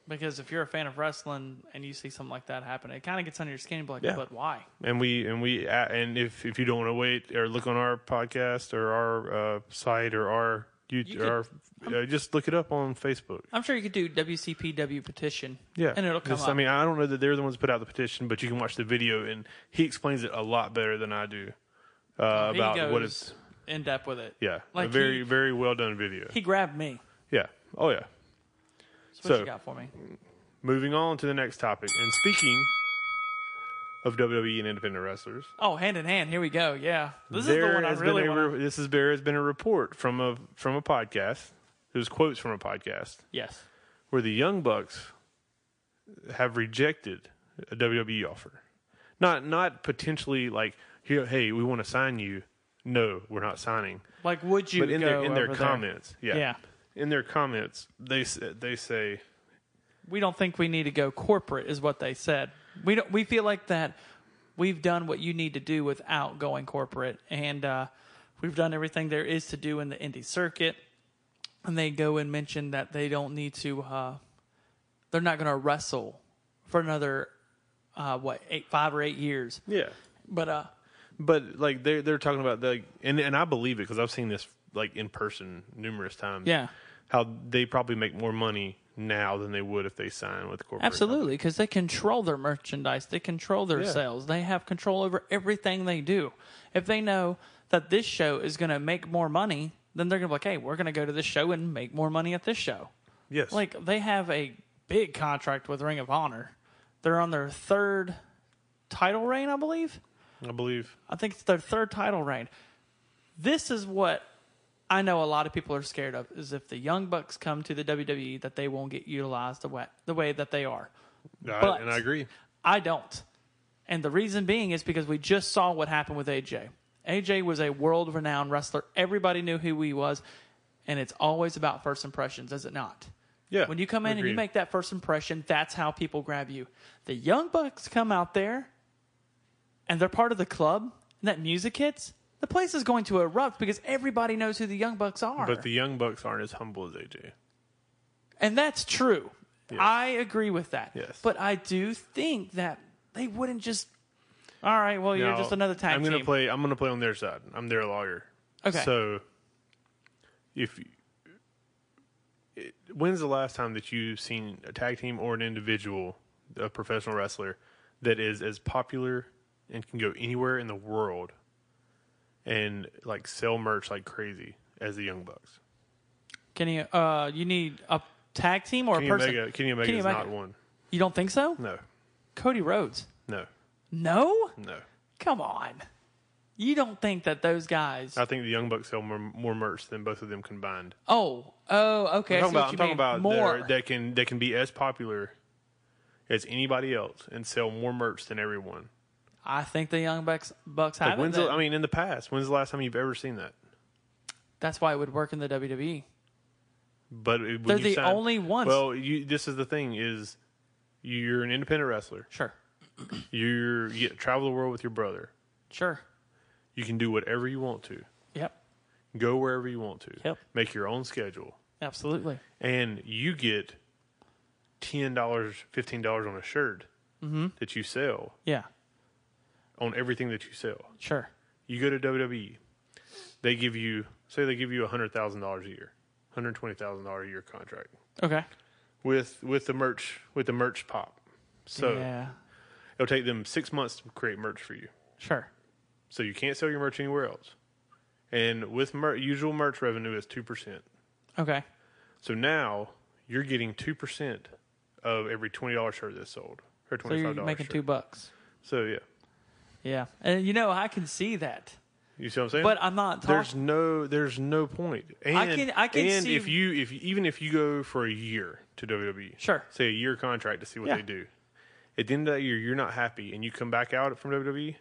Because if you're a fan of wrestling and you see something like that happen, it kind of gets under your skin and be like,
Yeah.
but why?
and we and we uh, and if if you don't want to wait or look on our podcast or our uh, site or our you,
You
or our, uh, just look it up on Facebook.
I'm sure you could do WCPW petition.
Yeah,
And it'll come
Just-
up.
I mean, I don't know that they're the ones that put out the petition, but you can watch the video, and he explains it a lot better than I do uh,
He
about what
goes
it's.
in depth with it.
Yeah,
Like
a very
he-
very well done video.
He grabbed me.
yeah. Oh yeah.
That's what
So-
you got for me.
Moving on to the next topic, and speaking of WWE and independent wrestlers,
Oh, hand in hand. Here we go. Yeah. This is the one I
has
really
been a,
want.
re- this has there has been a report from a from a podcast. There's quotes from a podcast
Yes.
where the Young Bucks have rejected a WWE offer. Not not potentially like here, hey, we want to sign you. No, we're not signing.
Like, would you
But in
go
their in their
over there?
comments,
Yeah.
yeah, in their comments, they s- they say
We don't think we need to go corporate, is what they said. We don't. We feel like that. We've done what you need to do without going corporate, and uh, we've done everything there is to do in the indie circuit. And they go and mention that they don't need to. Uh, they're not going to wrestle for another uh, what eight, five or eight years.
yeah,
But uh,
But like they're they're talking about like and and I believe it because I've seen this like in person numerous times.
yeah,
how they probably make more money now than they would if they sign with corporate.
Absolutely, because they control their merchandise, they control their
Yeah.
sales, they have control over everything they do. If they know that this show is going to make more money, then they're going to be like, "Hey, we're going to go to this show and make more money at this show."
Yes,
Like they have a big contract with Ring of Honor. They're on their third title reign, I believe.
I believe.
I think it's their third title reign. This is what I know a lot of people are scared of is if the Young Bucks come to the WWE that they won't get utilized the way, the way that they are.
I,
But-
and I agree.
I don't. And the reason being is because we just saw what happened with AJ. AJ was a world renowned wrestler. Everybody knew who he was. And it's always about first impressions, is it not?
Yeah.
When you come in and you
Agreed.
make that first impression, that's how people grab you. The Young Bucks come out there and they're part of the club and that music hits, the place is going to erupt because everybody knows who the Young Bucks are.
But the young bucks aren't as humble as AJ.
And that's true. I agree with that.
Yes.
But I do think that they wouldn't just. All right. Well, you're
Now,
just another tag
I'm
team.
gonna play. I'm gonna play on their side. I'm their lawyer.
Okay.
So if you- it, when's the last time that you've seen a tag team or an individual, a professional wrestler, that is as popular and can go anywhere in the world and like sell merch like crazy as the Young Bucks?
Can you? Uh, you need a tag team or
Kenny
a person.
Omega. Kenny Omega
Kenny
is
Omega.
not one.
You don't think so?
No.
Cody Rhodes.
No.
No.
No.
Come on. You don't think that those guys?
I think the Young Bucks sell more, more merch than both of them combined.
oh, oh, okay.
I'm
I
talking
see
about,
what
I'm
you
talking
mean.
about
more.
they're- they can they can be as popular as anybody else and sell more merch than everyone.
I think the Young Bucks Bucks have
Like when's
it.
the,
then.
I mean, in the past, when's the last time you've ever seen that?
That's why it would work in the E. WWE.
But it- when
They're
you
the
sign-
only ones.
Well, you, this is the thing: is you're an independent wrestler.
Sure,
You're, you travel the world with your brother.
sure.
You can do whatever you want to,
Yep,
go wherever you want to,
Yep.
make your own schedule,
absolutely.
and you get ten dollars, fifteen dollars on a shirt
Mm-hmm.
that you sell
Yeah,
on everything that you sell.
sure.
You go to WWE, they give you say they give you hundred thousand dollars a year, hundred twenty thousand dollar a year contract
Okay.
with with the merch with the merch pop. So
yeah,
it'll take them six months to create merch for you.
sure.
So you can't sell your merch anywhere else. And with mer- usual merch revenue is two percent.
Okay.
So now you're getting two percent of every twenty dollar shirt that's sold or
So
twenty
you're
five dollars.
making two bucks.
So yeah,
Yeah, and you know I can see that,
you see what I'm saying?
but I'm not
there's
talking.
no there's no point. And,
I can- I can
and
see-
if you if even if you go for a year to WWE,
Sure.
say a year contract to see what
Yeah.
they do. At the end of that year, you're not happy, and you come back out from WWE.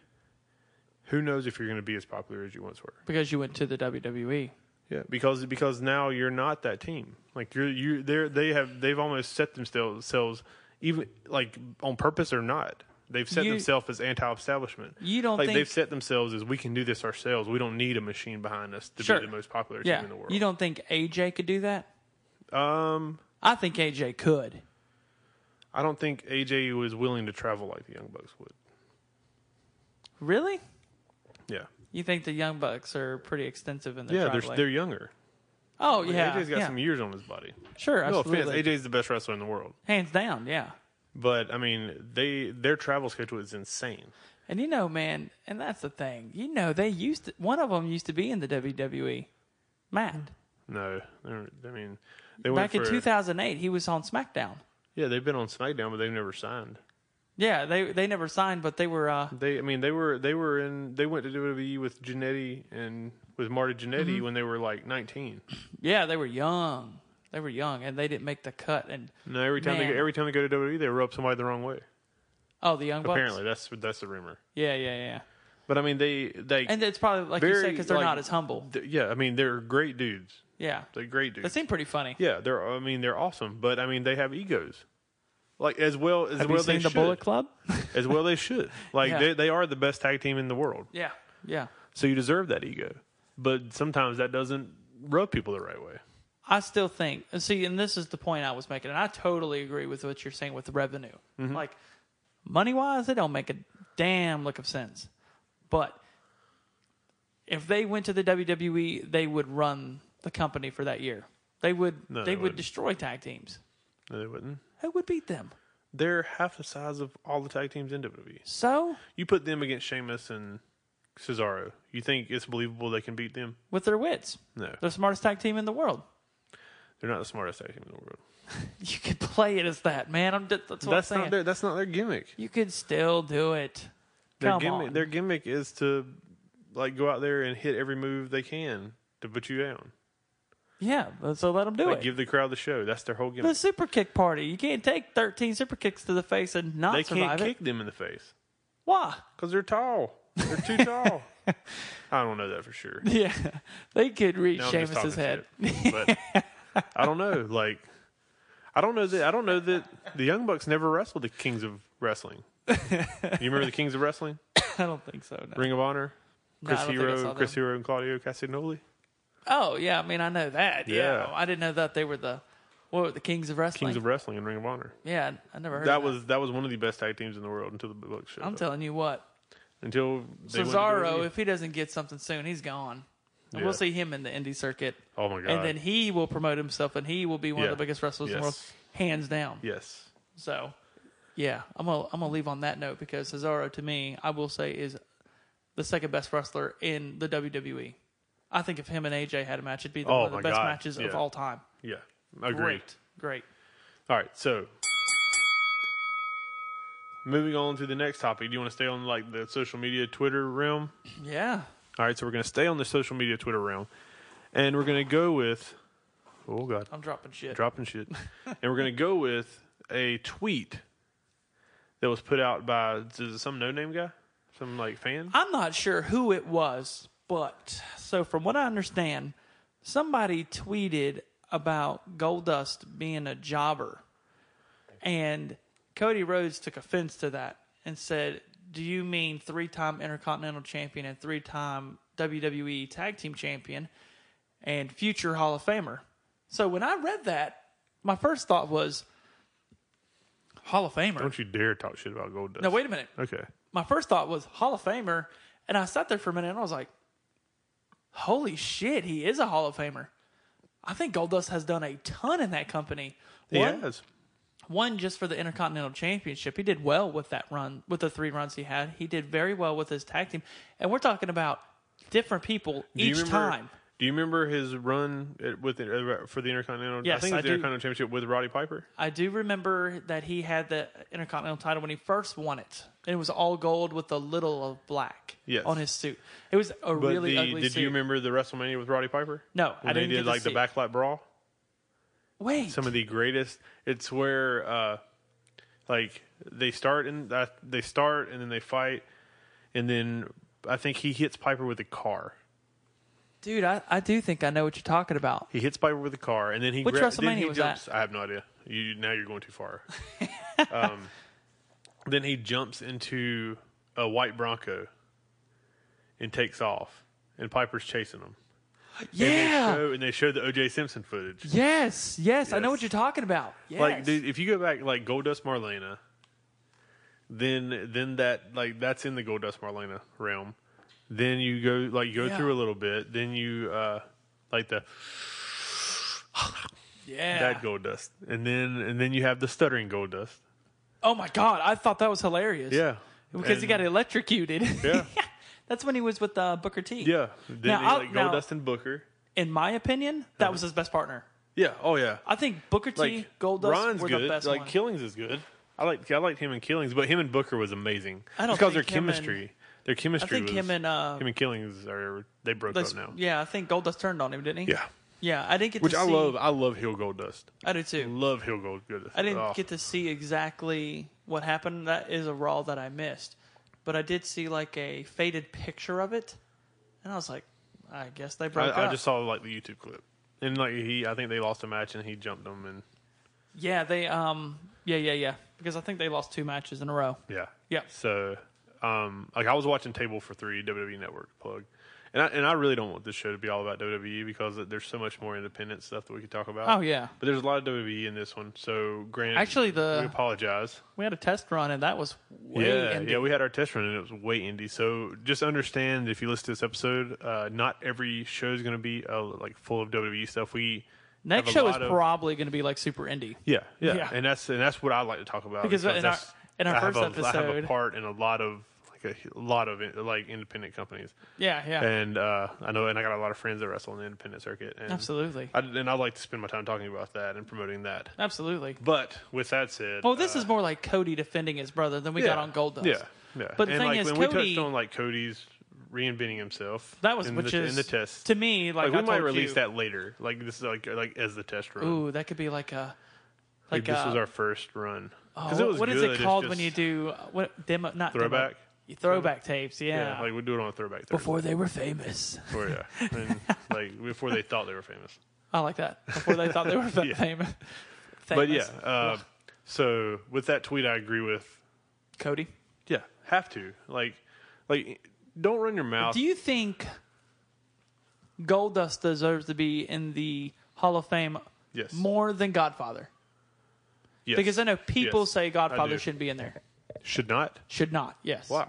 Who knows if you're going to be as popular as you once were?
Because you went to the E. WWE.
Yeah, because because now you're not that team. Like you're you they are they have they've almost set themselves even like on purpose or not. They've set
You-
themselves as anti-establishment.
You don't
like
think-
they've set themselves as we can do this ourselves. We don't need a machine behind us to
Sure.
be the most popular
Yeah.
team in the world.
You don't think AJ could do that?
um,
I think AJ could.
I don't think AJ was willing to travel like the Young Bucks would.
Really?
Yeah,
You think the Young Bucks are pretty extensive in their
yeah, they're
traveling?
they're younger.
oh yeah,
AJ's got
yeah.
some years on his body.
sure,
No
absolutely,
offense, AJ's the best wrestler in the world,
hands down, yeah.
but I mean they their travel schedule is insane.
And you know, man, and that's the thing. You know, they used to, one of them used to be in the WWE. Matt,
No, they're- I mean they went
back in
for-
2008, he was on SmackDown.
Yeah, they've been on SmackDown, but they've never signed.
Yeah, they they never signed, but they were. Uh,
They, I mean, they were they were in they went to WWE with Janetti and with Marty Jannetty
Mm-hmm.
when they were like nineteen.
yeah, they were young. They were young, and they didn't make the cut. And
No, every time they
Man.
go, every time they go to WWE, they rub somebody the wrong way.
oh, the Young Bucks.
Apparently, that's that's the rumor.
Yeah, yeah, yeah.
But I mean, they they
And it's probably like you said
Very,
because they're
like,
not as humble.
th- yeah, I mean, they're great dudes.
Yeah,
They're great
they
dudes.
seem pretty funny.
yeah, they're I mean they're awesome, but I mean they have egos. Like as well as
Have
well
you seen
they
the
should.
Bullet Club?
as well they should. Like
Yeah.
they they are the best tag team in the world.
yeah, yeah.
So you deserve that ego. But sometimes that doesn't rub people the right way.
I still think, and see, and this is the point I was making, and I totally agree with what you're saying with revenue.
Mm-hmm.
Like, money wise, they don't make a damn look of sense. But if they went to the WWE, they would run the company for that year. They would,
No,
they,
they
would
wouldn't.
destroy tag teams.
No, they wouldn't.
Who would beat them?
They're half the size of all the tag teams in WWE.
So,
You put them against Sheamus and Cesaro. You think it's believable they can beat them?
with their wits,
No,
they're the smartest tag team in the world.
they're not the smartest tag team in the world.
You could play it as that, man. I'm, that's what
That's
I'm saying.
not their. That's not their gimmick.
you could still do it.
Their
Come
gimmick.
on.
Their gimmick is to like go out there and hit every move they can to put you down.
yeah, so let them do
Like
it.
give the crowd the show. That's their whole
the
gimmick.
super kick party. You can't take 13 super kicks to the face and not
They
survive
can't
it.
kick them in the face
Why?
because they're tall. They're too tall. I don't know that for sure.
Yeah, they could reach
Now I'm just
Sheamus's head.
talking shit. But I don't know. Like, I don't know that. I don't know that the Young Bucks never wrestled the Kings of Wrestling. You remember the Kings of Wrestling?
I don't think so. No.
Ring of Honor,
No, I
Chris
don't think I saw
Hero, Chris
them.
Hero, and Claudio Castagnoli.
Oh yeah, I mean I know that. Yeah,
Yeah.
I didn't know that they were the what were the kings of wrestling.
Kings of Wrestling and Ring of Honor.
yeah, I never heard
That
of
was that was one of the best tag teams in the world until the Bucks showed
I'm
up.
telling you what,
until they went to
Cesaro,
WWE.
if he doesn't get something soon, he's gone. And We'll
Yeah.
see him in the indie circuit,
oh my god!
and then he will promote himself, and he will be one
Yeah.
of the biggest wrestlers in the world,
Yes.
hands down.
yes,
So, yeah, I'm gonna I'm gonna leave on that note because Cesaro, to me, I will say is the second best wrestler in the WWE. I think if him and AJ had a match, it'd be the
Oh,
one of the
my
best
God.
matches of
Yeah.
all time.
yeah, agreed.
Great, great.
All right, so moving on to the next topic. Do you want to stay on like the social media, Twitter realm?
Yeah,
All right, so we're going to stay on the social media Twitter realm, and we're going to go with, oh god,
I'm dropping shit.
dropping shit, and we're going to go with a tweet that was put out by is it some no name guy, some like fan.
I'm not sure who it was, but so from what I understand, somebody tweeted about Goldust being a jobber. And Cody Rhodes took offense to that and said, Do you mean three time Intercontinental Champion and three time WWE E Tag Team Champion and future Hall of Famer? So when I read that, my first thought was, Hall of Famer.
Don't you dare talk shit about Gold Dust.
no, wait a minute
Okay,
my first thought was Hall of Famer, and I sat there for a minute and I was like, "Holy shit, he is a Hall of Famer." I think Goldust has done a ton in that company.
he
One,
has.
one just for the Intercontinental Championship. He did well with that run, with the three runs he had. He did very well with his tag team, and we're talking about different people
Do you
each
remember-
time.
Do you remember his run at, with the, uh, for the Intercontinental? I
Yes,
think it
I
was the
do.
Intercontinental Championship with Roddy Piper.
I do remember that he had the Intercontinental title when he first won it, and it was all gold with a little of black
Yes.
on his suit. It was
But
a really
the,
ugly
did
suit.
you remember the WrestleMania with Roddy Piper?
No, I
When
didn't
they
get
did
to
like the
see it.
backlight brawl.
Wait,
some of the greatest. It's where uh, like they start and uh, they start and then they fight, and then I think he hits Piper with a car.
Dude, I, I do think I know what you're talking about.
He hits Piper with a car, and then he
Which
gra-
WrestleMania
then he
was
jumps.
that?
I have no idea. You now you're going too far. um, then he jumps into a white Bronco and takes off, and Piper's chasing him.
Yeah.
So, and they showed the OJ Simpson footage.
yes, yes, I know
Yes.
what you're talking about. Yes.
Like dude, if you go back like Goldust Marlena, then then that like that's in the Goldust Marlena realm. Then you go like you go
Yeah.
through a little bit. Then you uh like the
yeah.
that Goldust, and then and then you have the stuttering Goldust.
oh my god, I thought that was hilarious.
Yeah,
Because he got
it.
electrocuted.
Yeah.
That's when he was with uh, Booker T.
Yeah, then
Now,
he,
I'll-
like
now-
Goldust and Booker.
In my opinion, that was his best partner.
Yeah. Oh yeah.
I think Booker T,
Like
Goldust
Ron's
were
good.
the best
like
one.
Killings is good. I like I liked him and Killings, but him and Booker was amazing.
I don't
It's 'cause
think
their
him and-
chemistry. their
I
chemistry.
think
was,
him and uh
him and Killings are they broke
this-
up now.
Yeah, I think Goldust turned on him, didn't he?
Yeah.
Yeah, I didn't get
Which
to
I
see
love. I love Hill Gold Dust.
I do too.
Love Hill Gold Dust.
I didn't
Oh,
get to see exactly what happened. That is a raw that I missed, but I did see like a faded picture of it, and I was like, I guess they broke
I, I
up.
just saw like the YouTube clip, and like he, I think they lost a match, and he jumped them, and
yeah, they um, yeah, yeah, yeah, because I think they lost two matches in a row.
yeah,
Yeah.
So, um, like I was watching Table for Three WWE Network plug, and I and I really don't want this show to be all about WWE because there's so much more independent stuff that we could talk about.
Oh yeah,
But there's a lot of WWE in this one, so granted,
Actually, the-
we apologize.
we had a test run and that was way
yeah,
indie.
yeah, we had our test run and it was way indie. So just understand if you listen to this episode, uh, not every show is going to be uh, like full of WWE stuff. We have
Next
a
show is
lot of-
probably going to be like super indie.
yeah, yeah,
Yeah.
and that's and that's what I like to talk about
Because in our-
that's-
in our
I have
first
a- I have a
episode-
part in a lot of like a, lot of in- like independent companies,
Yeah, yeah,
and uh, I know, and I got a lot of friends that wrestle in the independent circuit, and
absolutely,
I, and I like to spend my time talking about that and promoting that.
absolutely.
But with that said,
Well, this
uh,
is more like Cody defending his brother than we got on Goldust.
Yeah, yeah.
But the
and
thing
like
is,
when we
Cody-
touched on like Cody's reinventing himself,
That was
in
which
the,
is
in the test.
to me like,
like, we
I
might
told
release
you,
that later. Like this is like like as the test run.
Ooh, that could be like a
like,
like,
this
a,
was our first run.
oh,
'Cause it was
what is
good,
it
it's
called when
just-
you do uh, what demo not demo.
Throwback?
You throwback tapes yeah,
Yeah, like we do it on a throwback Thursday.
before they were famous
Before, yeah, and, like before they thought they were famous.
I like that before they thought they were fa-
Yeah.
famous
But yeah,
Famous.
uh, so with that tweet, I agree with.
Cody
Yeah, have to like, like don't run your mouth.
do you think Goldust deserves to be in the Hall of Fame
yes,
more than Godfather
yes.
because I know people
Yes,
say Godfather
do.
shouldn't be in there
should not.
should not yes
Why?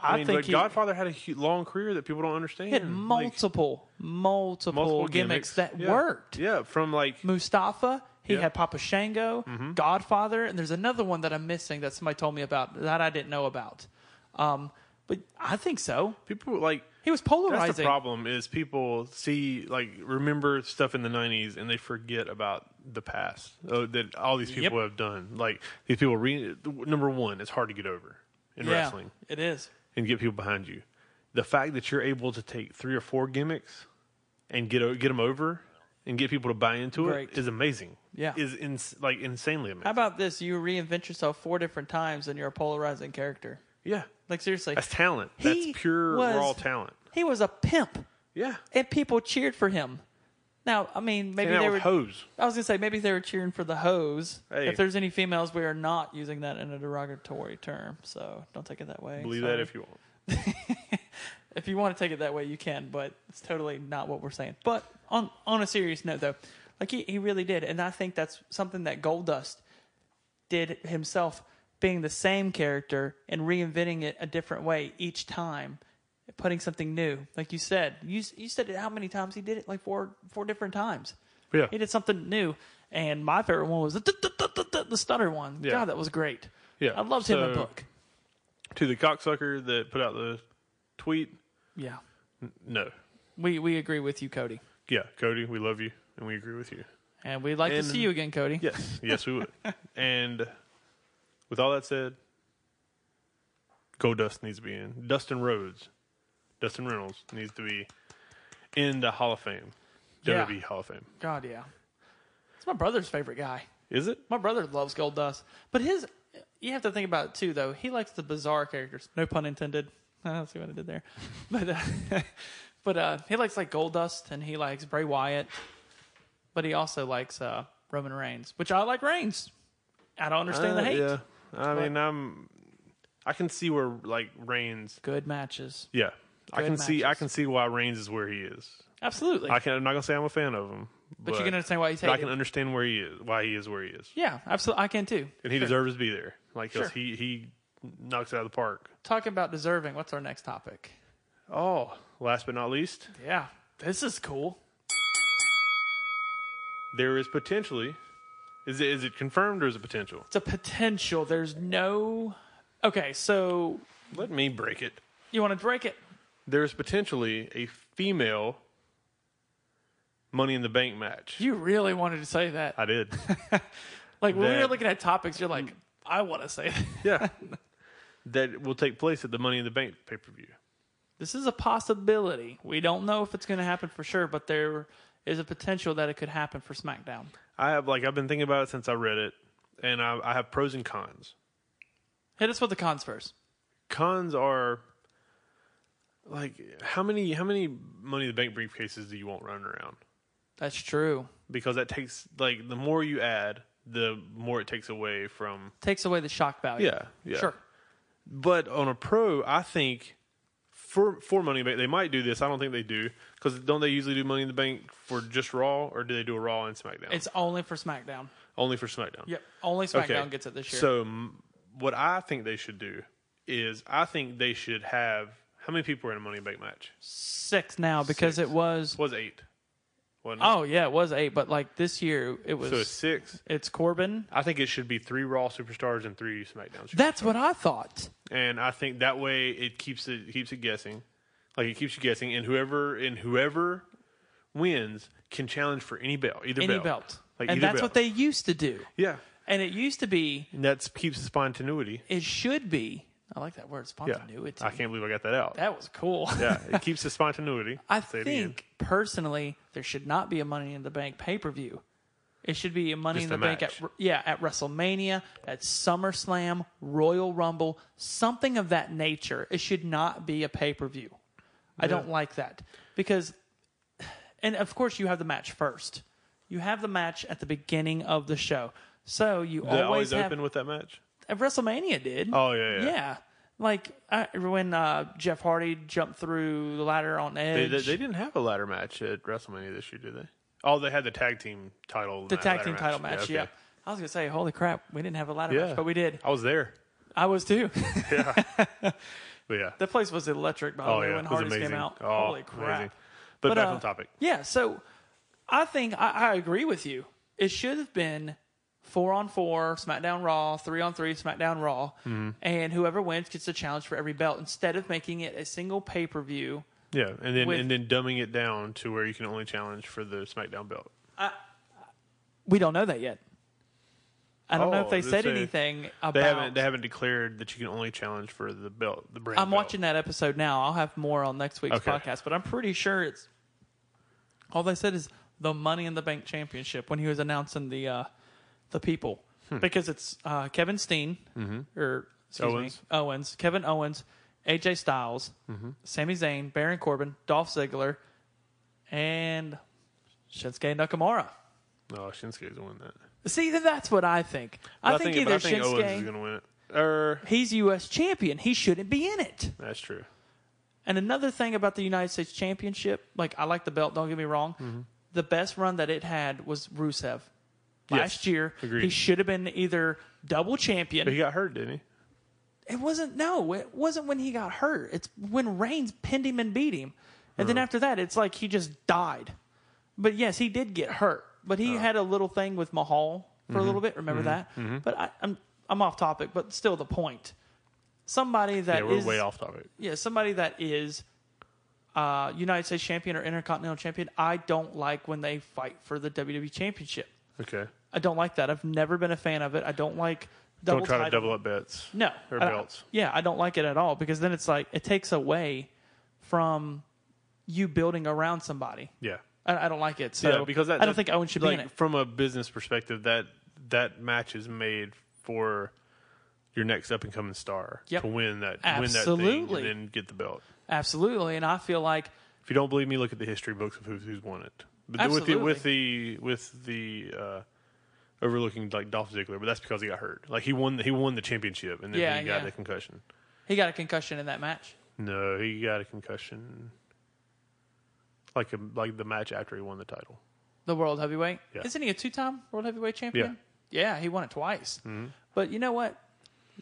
I,
I, mean,
think
but
he
Godfather had a hu long career that people don't understand.
he had
Like,
multiple multiple, gimmicks, that
Yeah.
worked
Yeah, from like
Mustafa. He
Yeah.
had Papa Shango,
Mm-hmm.
Godfather, and there's another one that I'm missing that somebody told me about that I didn't know about. Um, but I think so.
people like
He was
that's
polarizing.
the problem is people see like remember stuff in the '90s and they forget about the past uh, that all these people
Yep.
have done. Like these people, re- number one, it's hard to get over in
Yeah,
wrestling
it is.
and get people behind you. the fact that you're able to take three or four gimmicks and get o- get them over and get people to buy into
Great.
it is amazing.
Yeah.
is ins- like insanely amazing.
How about this? You reinvent yourself four different times and you're a polarizing character.
yeah,
Like seriously,
that's talent.
He
that's pure
was-
raw talent.
he was a pimp,
Yeah,
and people cheered for him. Now, I mean, maybe
and that
they
with
were.
hose.
I was gonna say maybe they were cheering for the hose.
Hey.
If there's any females, we are not using that in a derogatory term, so don't take it that way.
Believe that
Sorry.
if you want.
if you want to take it that way, you can, but it's totally not what we're saying. But on on a serious note, though, like he, he really did, and I think that's something that Goldust did himself, being the same character and reinventing it a different way each time, putting something new. Like you said, you s- you said it how many times he did it? Like four four different times.
Yeah.
he did something new, and my favorite one was the, the, the, the, the, the stutter one.
Yeah.
God, that was great.
Yeah,
I loved him in
so-
book.
To the cocksucker that put out the tweet,
Yeah,
no.
we we agree with you, Cody.
Yeah, Cody, we love you and we agree with you.
And we'd like
And-
to see you again, Cody.
Yes, yes, we would. and with all that said, Go Dust needs to be in. Dustin Rhodes, Dustin Reynolds needs to be in the Hall of Fame,
Yeah.
WWE Hall of Fame.
God, yeah. It's my brother's favorite guy.
Is it?
My brother loves Gold Dust. But his, you have to think about it too, though. He likes the bizarre characters. No pun intended. I don't see what I did there. But, uh, but uh, he likes like Gold Dust and he likes Bray Wyatt. But he also likes uh, Roman Reigns, which I like Reigns. I don't understand the
Uh,
hate.
Yeah, I mean, I'm. I can see where like Reigns.
Good matches.
Yeah, I
Good
can see. I
matches.
can see why Reigns is where he is.
Absolutely.
I can. I'm not gonna say I'm a fan of him, but,
but, you can understand why he's
but
hated.
I can understand where he is, why he is where he is,
yeah, absolutely. I can too.
and he deserves to be there. Like 'cause
Sure.
he he knocks it out of the park.
Talking about deserving, what's our next topic?
Oh, last but not least,
Yeah, this is cool.
there is potentially. Is it, is it confirmed or is it potential?
It's a potential. There's no. Okay, so
Let me break it.
you want to break it?
There is potentially a female Money in the Bank match.
You really wanted to say that.
I did.
Like when we were
that-
looking at topics, you're like, I want to say that.
yeah. That will take place at the Money in the Bank pay per view.
This is a possibility. We don't know if it's going to happen for sure, but there is a potential that it could happen for SmackDown.
I have like I've been thinking about it since I read it, and I, I have pros and cons.
Hit us with the cons first.
Cons are like how many how many Money in the Bank briefcases do you want running around?
That's true.
because that takes like the more you add, the more it takes away from.
Takes away the shock value.
yeah.
Sure.
But on a pro, I think for for Money in the Bank, they might do this. I don't think they do because don't they usually do Money in the Bank for just Raw, or do they do a Raw and SmackDown?
It's only for SmackDown.
only for SmackDown.
Yep. Only SmackDown gets it this year.
So m- what I think they should do is I think they should have how many people were in a Money in the Bank match?
Six now because
Six.
it was.
was eight. Wasn't it?
Oh yeah, it was eight, but like this year it was.
so it's six.
it's Corbin.
I think it should be three Raw superstars and three SmackDown.
That's what I thought.
and I think that way it keeps it keeps it guessing, like it keeps you guessing, and whoever and whoever wins can challenge for any belt, either
Any
belt,
belt.
like
and
either
that's
belt.
what they used to do.
yeah,
And it used to be,
and that keeps the spontaneity.
it should be. I like that word,
Yeah,
spontaneity.
I can't believe I got that out.
That was cool.
yeah, it keeps the spontaneity.
I
Say it again.
think personally, there should not be a Money in the Bank pay per view. It should be a Money
Just
in
a
the Bank at
match.
yeah at WrestleMania, at SummerSlam, Royal Rumble, something of that nature. It should not be a pay per view. I don't like that because, and of course you have the match first. You have the match at the beginning of the show, so you
Did it
always
always
have
open with that match.
uh, WrestleMania did.
Oh, yeah, yeah.
Like I, when uh, Jeff Hardy jumped through the ladder on
They,
Edge,
they, they didn't have a ladder match at WrestleMania this year, did they? Oh, they had the tag team title. uh,
the tag team title match. Yeah,
okay.
I was gonna say, holy crap, we didn't have a ladder
Yeah.
match, but we did.
I was there.
I was too.
But yeah.
the place was electric by the
oh
way
yeah,
when
it was
Hardy's
amazing.
came out.
Oh,
holy crap.
amazing. But, back
uh,
on topic.
Yeah, so I think I, I agree with you. It should have been four on four, SmackDown Raw, three on three, SmackDown Raw,
Mm-hmm.
and whoever wins gets a challenge for every belt instead of making it a single pay per view.
Yeah, and then
with-
and then dumbing it down to where you can only challenge for the SmackDown belt.
We don't know that yet. I don't know
Oh,
if they
they
said
say-
anything about.
They haven't they haven't declared that you can only challenge for the belt. The brand.
I'm
belt.
watching that episode now. I'll have more on next week's
Okay.
podcast, but I'm pretty sure it's all they said is the Money in the Bank Championship when he was announcing the uh, the people
Hmm.
because it's uh, Kevin Steen or excuse
Mm-hmm. Owens. Mm-hmm.
me Owens, Kevin Owens, AJ Styles, Sami Zayn, Baron Corbin, Dolph Ziggler, and Shinsuke Nakamura.
No, Oh, Shinsuke's gonna win that.
See, then that's what I think. I, think,
but
either
I think
Shinsuke,
Owens is gonna win it. Or
he's U.S. champion. He shouldn't be in it.
that's true.
And another thing about the United States Championship, like I like the belt, don't get me wrong.
Mm-hmm.
The best run that it had was Rusev last year.
agreed.
He should have been either double champion.
But he got hurt, didn't he?
it wasn't no, it wasn't when he got hurt. It's when Reigns pinned him and beat him. And
Uh-huh.
then after that, it's like he just died. But yes, he did get hurt. But
Uh-huh.
he had a little thing with Mahal for
Mm-hmm.
a little bit. Remember that? But I, I'm I'm off topic, but still the point. Somebody that
Yeah, we're
is-
way off topic.
yeah, somebody that is uh, United States champion or Intercontinental champion, I don't like when they fight for the WWE championship.
Okay.
I don't like that. I've never been a fan of it. I don't like double
Don't try to
title-
double up bets.
no
Or
I- I-
belts.
yeah, I don't like it at all because then it's like it takes away from you building around somebody.
Yeah.
I, I don't like it. So
yeah, because that,
I don't
that-
think Owen should
like,
be in it.
From a business perspective, that that match is made for your next up and coming star
Yep.
to win that win that
Absolutely.
thing and then get the belt.
Absolutely, and I feel like
If you don't believe me, look at the history books of who's who's won it. But with the with the with the uh, overlooking like Dolph Ziggler, but that's because he got hurt. Like he won the, he won the championship and then
Yeah,
he got
yeah.
the concussion.
he got a concussion in that match.
No, he got a concussion. Like a, like the match after he won the title.
The world heavyweight.
Yeah.
Isn't he a two-time world heavyweight champion? Yeah, he won it twice. But you know what?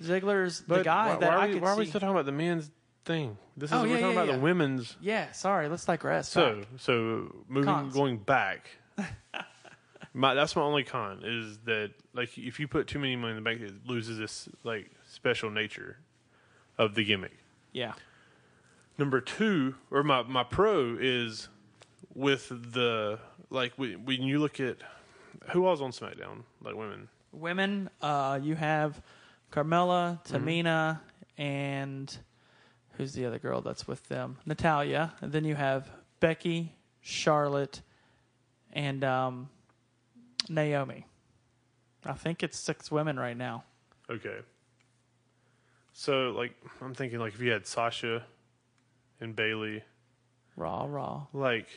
Ziggler's the guy
Mm-hmm. why,
that
why are
I
we,
could
why are we
see.
still talking about the men's thing? This is
Oh,
we're
yeah,
talking
yeah,
about
yeah.
the women's.
yeah, sorry. Let's digress. Uh,
So
back.
so moving
Cons.
going back. my that's my only con is that like if you put too many money in the bank, it loses this like special nature of the gimmick.
yeah,
Number two, or my my pro is with the like when when you look at who was on SmackDown like women.
women. Uh, you have Carmella,
Mm-hmm.
Tamina, and who's the other girl that's with them? Natalia. And then you have Becky, Charlotte, and um, Naomi. I think it's six women right now.
Okay. So like I'm thinking like if you had Sasha and Bailey
Raw, raw.
like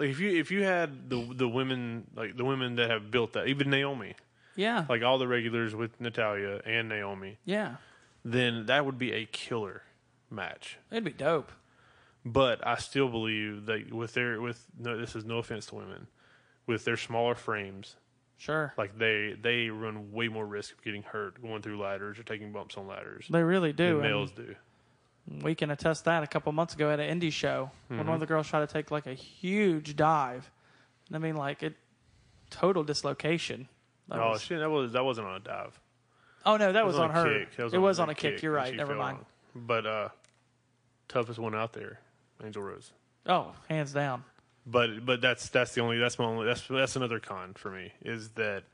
like if you if you had the the women like the women that have built that even Naomi
Yeah,
like all the regulars with Natalia and Naomi
yeah.
then that would be a killer match
It'd be dope.
but I still believe that with their with no this is no offense to women with their smaller frames
Sure.
like they they run way more risk of getting hurt going through ladders or taking bumps on ladders
They really do.
than
and
males do
we can attest that a couple months ago at an indie show when one of the girls tried to take like a huge dive. And I mean, like it total dislocation. That
oh
was-
shit that was that wasn't on a dive
oh no, that was,
It
on her.
kick. That
it was on
that
a kick. You're
and
right.
she
Never
fell
mind.
on it. But uh, toughest one out there, Angel Rose.
Oh, hands down.
But but that's that's the only that's my only that's that's another con for me is that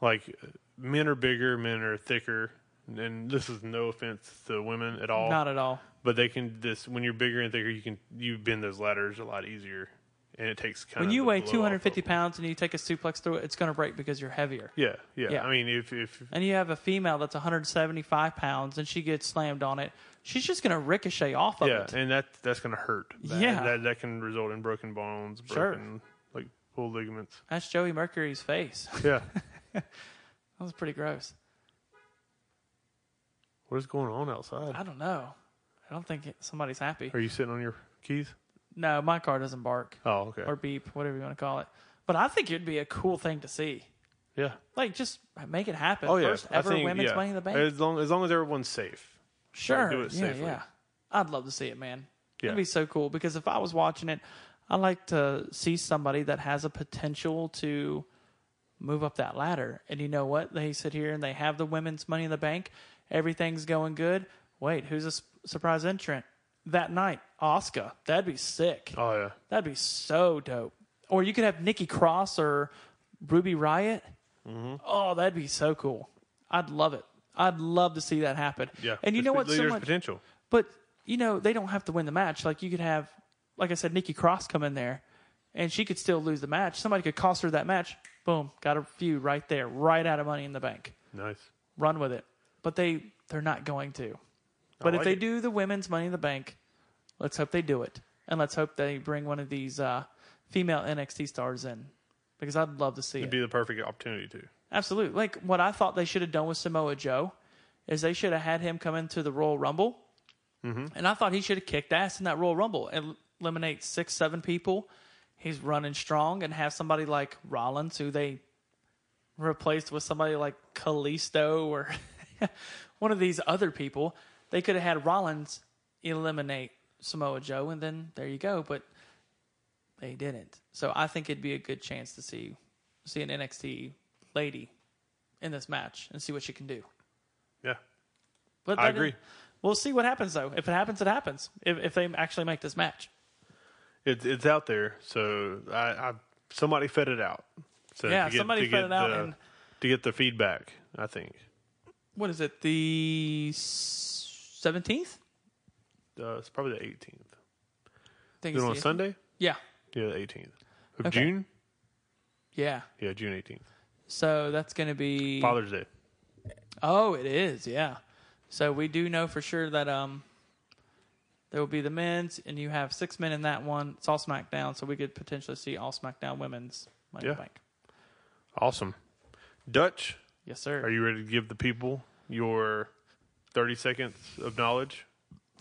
like men are bigger, men are thicker, and this is no offense to women at all.
Not at all.
but they can this when you're bigger and thicker, you can you bend those ladders a lot easier, and it takes kind
When
of
you
the
weigh
blow off
250
of-
pounds and you take a suplex through it, it's going to break because you're heavier.
Yeah, yeah,
Yeah.
I mean, if if
And you have a female that's 175 pounds and she gets slammed on it. She's just going to ricochet off of
yeah,
it.
and that that's gonna hurt. That,
Yeah.
that that can result in broken bones,
Sure.
broken like pulled ligaments.
That's Joey Mercury's face. that
Yeah.
was pretty gross.
What is going on outside?
I don't know. I don't think it- somebody's happy.
Are you sitting on your keys?
No, my car doesn't bark
Oh, okay.
or beep, whatever you want to call it. But I think it'd be a cool thing to see.
yeah.
Like, just make it happen.
Oh, yeah.
First
I
ever
think,
women's
yeah.
Money in the Bank.
As long as long as everyone's safe.
sure.
do it
yeah,
safely.
yeah. I'd love to see it, man.
Yeah.
It'd be so cool because if I was watching it, I like to see somebody that has a potential to move up that ladder. And you know what? They sit here and they have the women's Money in the Bank. Everything's going good. Wait, who's a s- surprise entrant that night? Oscar. That'd be sick.
Oh yeah.
That'd be so dope. Or you could have Nikki Cross or Ruby Riot
Mm-hmm.
Oh, that'd be so cool. I'd love it. I'd love to see that happen.
Yeah.
And you
There's
know
pe-
what?
There's
Someone,
potential.
but you know they don't have to win the match. Like you could have, like I said, Nikki Cross come in there, and she could still lose the match. Somebody could cost her that match. Boom, got a feud right there, right out of Money in the Bank.
Nice.
Run with it. But they they're not going to. But if
like
they
it.
do the women's Money in the Bank, let's hope they do it, and let's hope they bring one of these uh, female NXT stars in, because I'd love to see it.
It'd be the perfect opportunity to.
Absolutely. Like what I thought they should have done with Samoa Joe is they should have had him come into the Royal Rumble. And I thought he should have kicked ass in that Royal Rumble and eliminate six, seven people. He's running strong and have somebody like Rollins who they replaced with somebody like Kalisto or one of these other people. They could have had Rollins eliminate Samoa Joe and then there you go. But they didn't. So I think it'd be a good chance to see see an NXT lady in this match and see what she can do.
Yeah.
But
I
that-
agree.
We'll see what happens though. If it happens, it happens. If if they actually make this match,
It's it's out there. So I, I somebody fed it out. So
Yeah,
to get,
somebody
to
fed
get
it out
the-
and-
to get the feedback. I think
what is it? The seventeenth?
uh, it's probably the 18th.
I think
Is it
it's
on
the-
Sunday?
Yeah,
Yeah, the 18th of
Okay.
June.
yeah.
Yeah, June 18th.
So that's going to be.
Father's Day.
Oh, it is. Yeah. So we do know for sure that um there will be the men's, and you have six men in that one. It's all SmackDown, so we could potentially see all SmackDown women's Money in the
Yeah.
Bank.
Awesome. Dutch,
Yes, sir.
are you ready to give the people your 30 seconds of knowledge?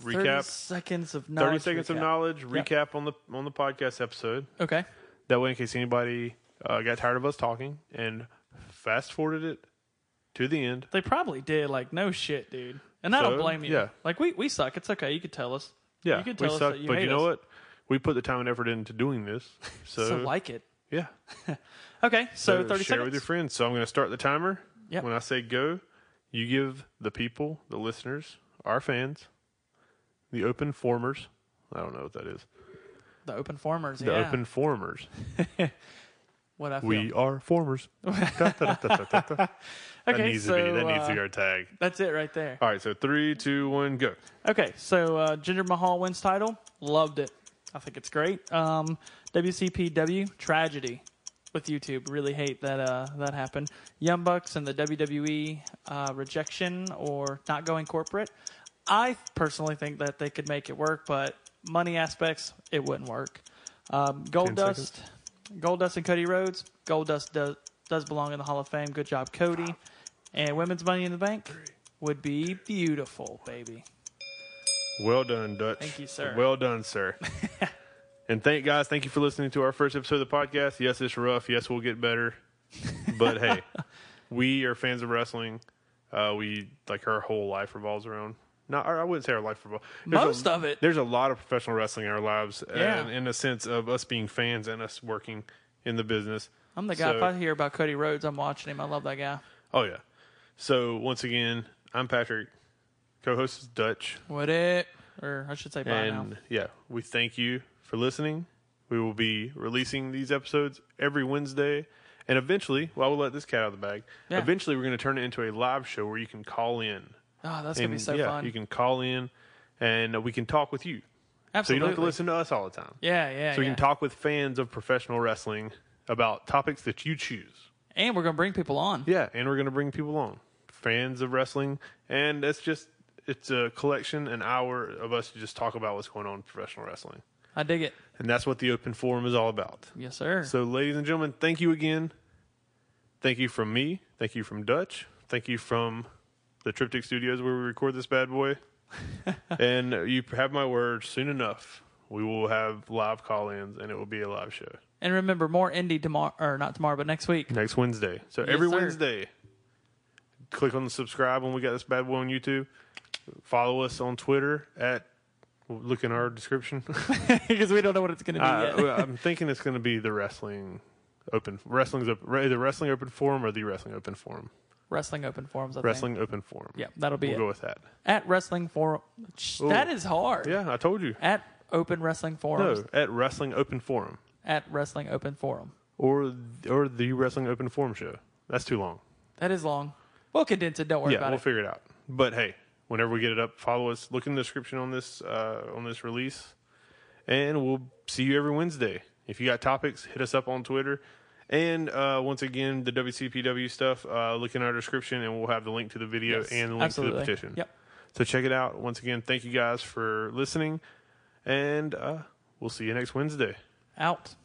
Recap.
30 seconds of knowledge.
30 seconds of
recap.
knowledge
Yep.
recap on the on the podcast episode
Okay.
that way in case anybody uh, got tired of us talking and fast forwarded it to the end
They probably did. Like, no shit, dude. And I
So,
don't blame you.
yeah.
Like, we, we suck. It's okay. You could tell us.
yeah
You could tell
we
us
suck
that you
but
hate
you know
us.
what we put the time and effort into doing this so,
So, like it.
yeah
Okay. So, 30
share
seconds.
with your friends so i'm going to start the timer
Yep.
when i say go you give the people the listeners our fans the open formers i don't know what that is
the open formers.
the
yeah.
open formers
What I feel.
we are formers
okay.
that needs
so,
to be that needs to
uh,
be our tag
That's it right there.
All right, so three, two, one, go.
Okay, so uh, Jinder Mahal wins title. Loved it. I think it's great. Um, WCPW tragedy with YouTube. Really hate that uh, that happened. Young Bucks and the WWE uh, rejection or not going corporate. I personally think that they could make it work, but money aspects, it wouldn't work. Um, Gold Dust, Gold Dust and Cody Rhodes. Gold Dust does does belong in the Hall of Fame. Good job, Cody. And Women's Money in the Bank would be beautiful, baby.
Well done, Dutch.
Thank you, sir.
Well done, sir. and thank guys, thank you for listening to our first episode of the podcast. Yes, it's rough. Yes, we'll get better. But hey, we are fans of wrestling. Uh, we like our whole life revolves around. Not, I wouldn't say our life revolves. There's
Most
a,
of it.
There's a lot of professional wrestling in our lives,
Yeah.
and in a sense of us being fans and us working in the business.
I'm the guy. if
So-
I hear about Cody Rhodes, I'm watching him. I love that guy.
Oh yeah. So once again, I'm Patrick. Co-host is Dutch.
What it? Or I should say bye now.
And yeah, we thank you for listening. We will be releasing these episodes every Wednesday. And eventually, well, I will let this cat out of the bag.
Yeah.
Eventually, we're going to turn it into a live show where you can call in.
Oh, that's gonna be
And,
so
yeah,
fun.
You can call in and uh, we can talk with you. So
Absolutely.
you don't have to listen to us all the time.
Yeah, yeah.
So we
yeah.
can talk with fans of professional wrestling about topics that you choose.
and we're gonna bring people on.
Yeah, and we're going to bring people on, fans of wrestling, and it's just it's a collection, an hour of us to just talk about what's going on in professional wrestling,
I dig it.
and that's what the open forum is all about.
Yes, sir.
So, ladies and gentlemen, thank you again. Thank you from me. Thank you from Dutch. Thank you from the Triptych Studios where we record this bad boy. and you have my word. Soon enough, we will have live call-ins, and it will be a live show.
and remember, more indie tomorrow, or not tomorrow, but next week.
Next Wednesday. So every
sir.
Wednesday, click on the subscribe when we got this bad boy on YouTube. Follow us on Twitter at look in our description.
Because we don't know what it's gonna be
I,
yet.
Uh, I'm thinking it's going to be the wrestling open wrestling's op- re- the wrestling open forum or the wrestling open forum.
Wrestling open forums. I
Wrestling open forum.
Think. Yeah, that'll be
we'll
it.
go with that.
At wrestling forum. Sh- That is hard.
Yeah, I told you.
At open wrestling forums.
No, at wrestling open forum
At wrestling open forum.
or or the wrestling open forum show. That's too long.
That is long. We'll condense it. Don't worry
yeah,
about
we'll
it.
figure it out. But hey, whenever we get it up, follow us. Look in the description on this uh, on this release, and we'll see you every Wednesday. If you got topics, hit us up on Twitter. And uh, once again, the WCPW stuff. Uh, look in our description, and we'll have the link to the video
Yes,
and the link
absolutely.
to the petition.
Yep.
So check it out. Once again, thank you guys for listening, and uh, we'll see you next Wednesday.
Out.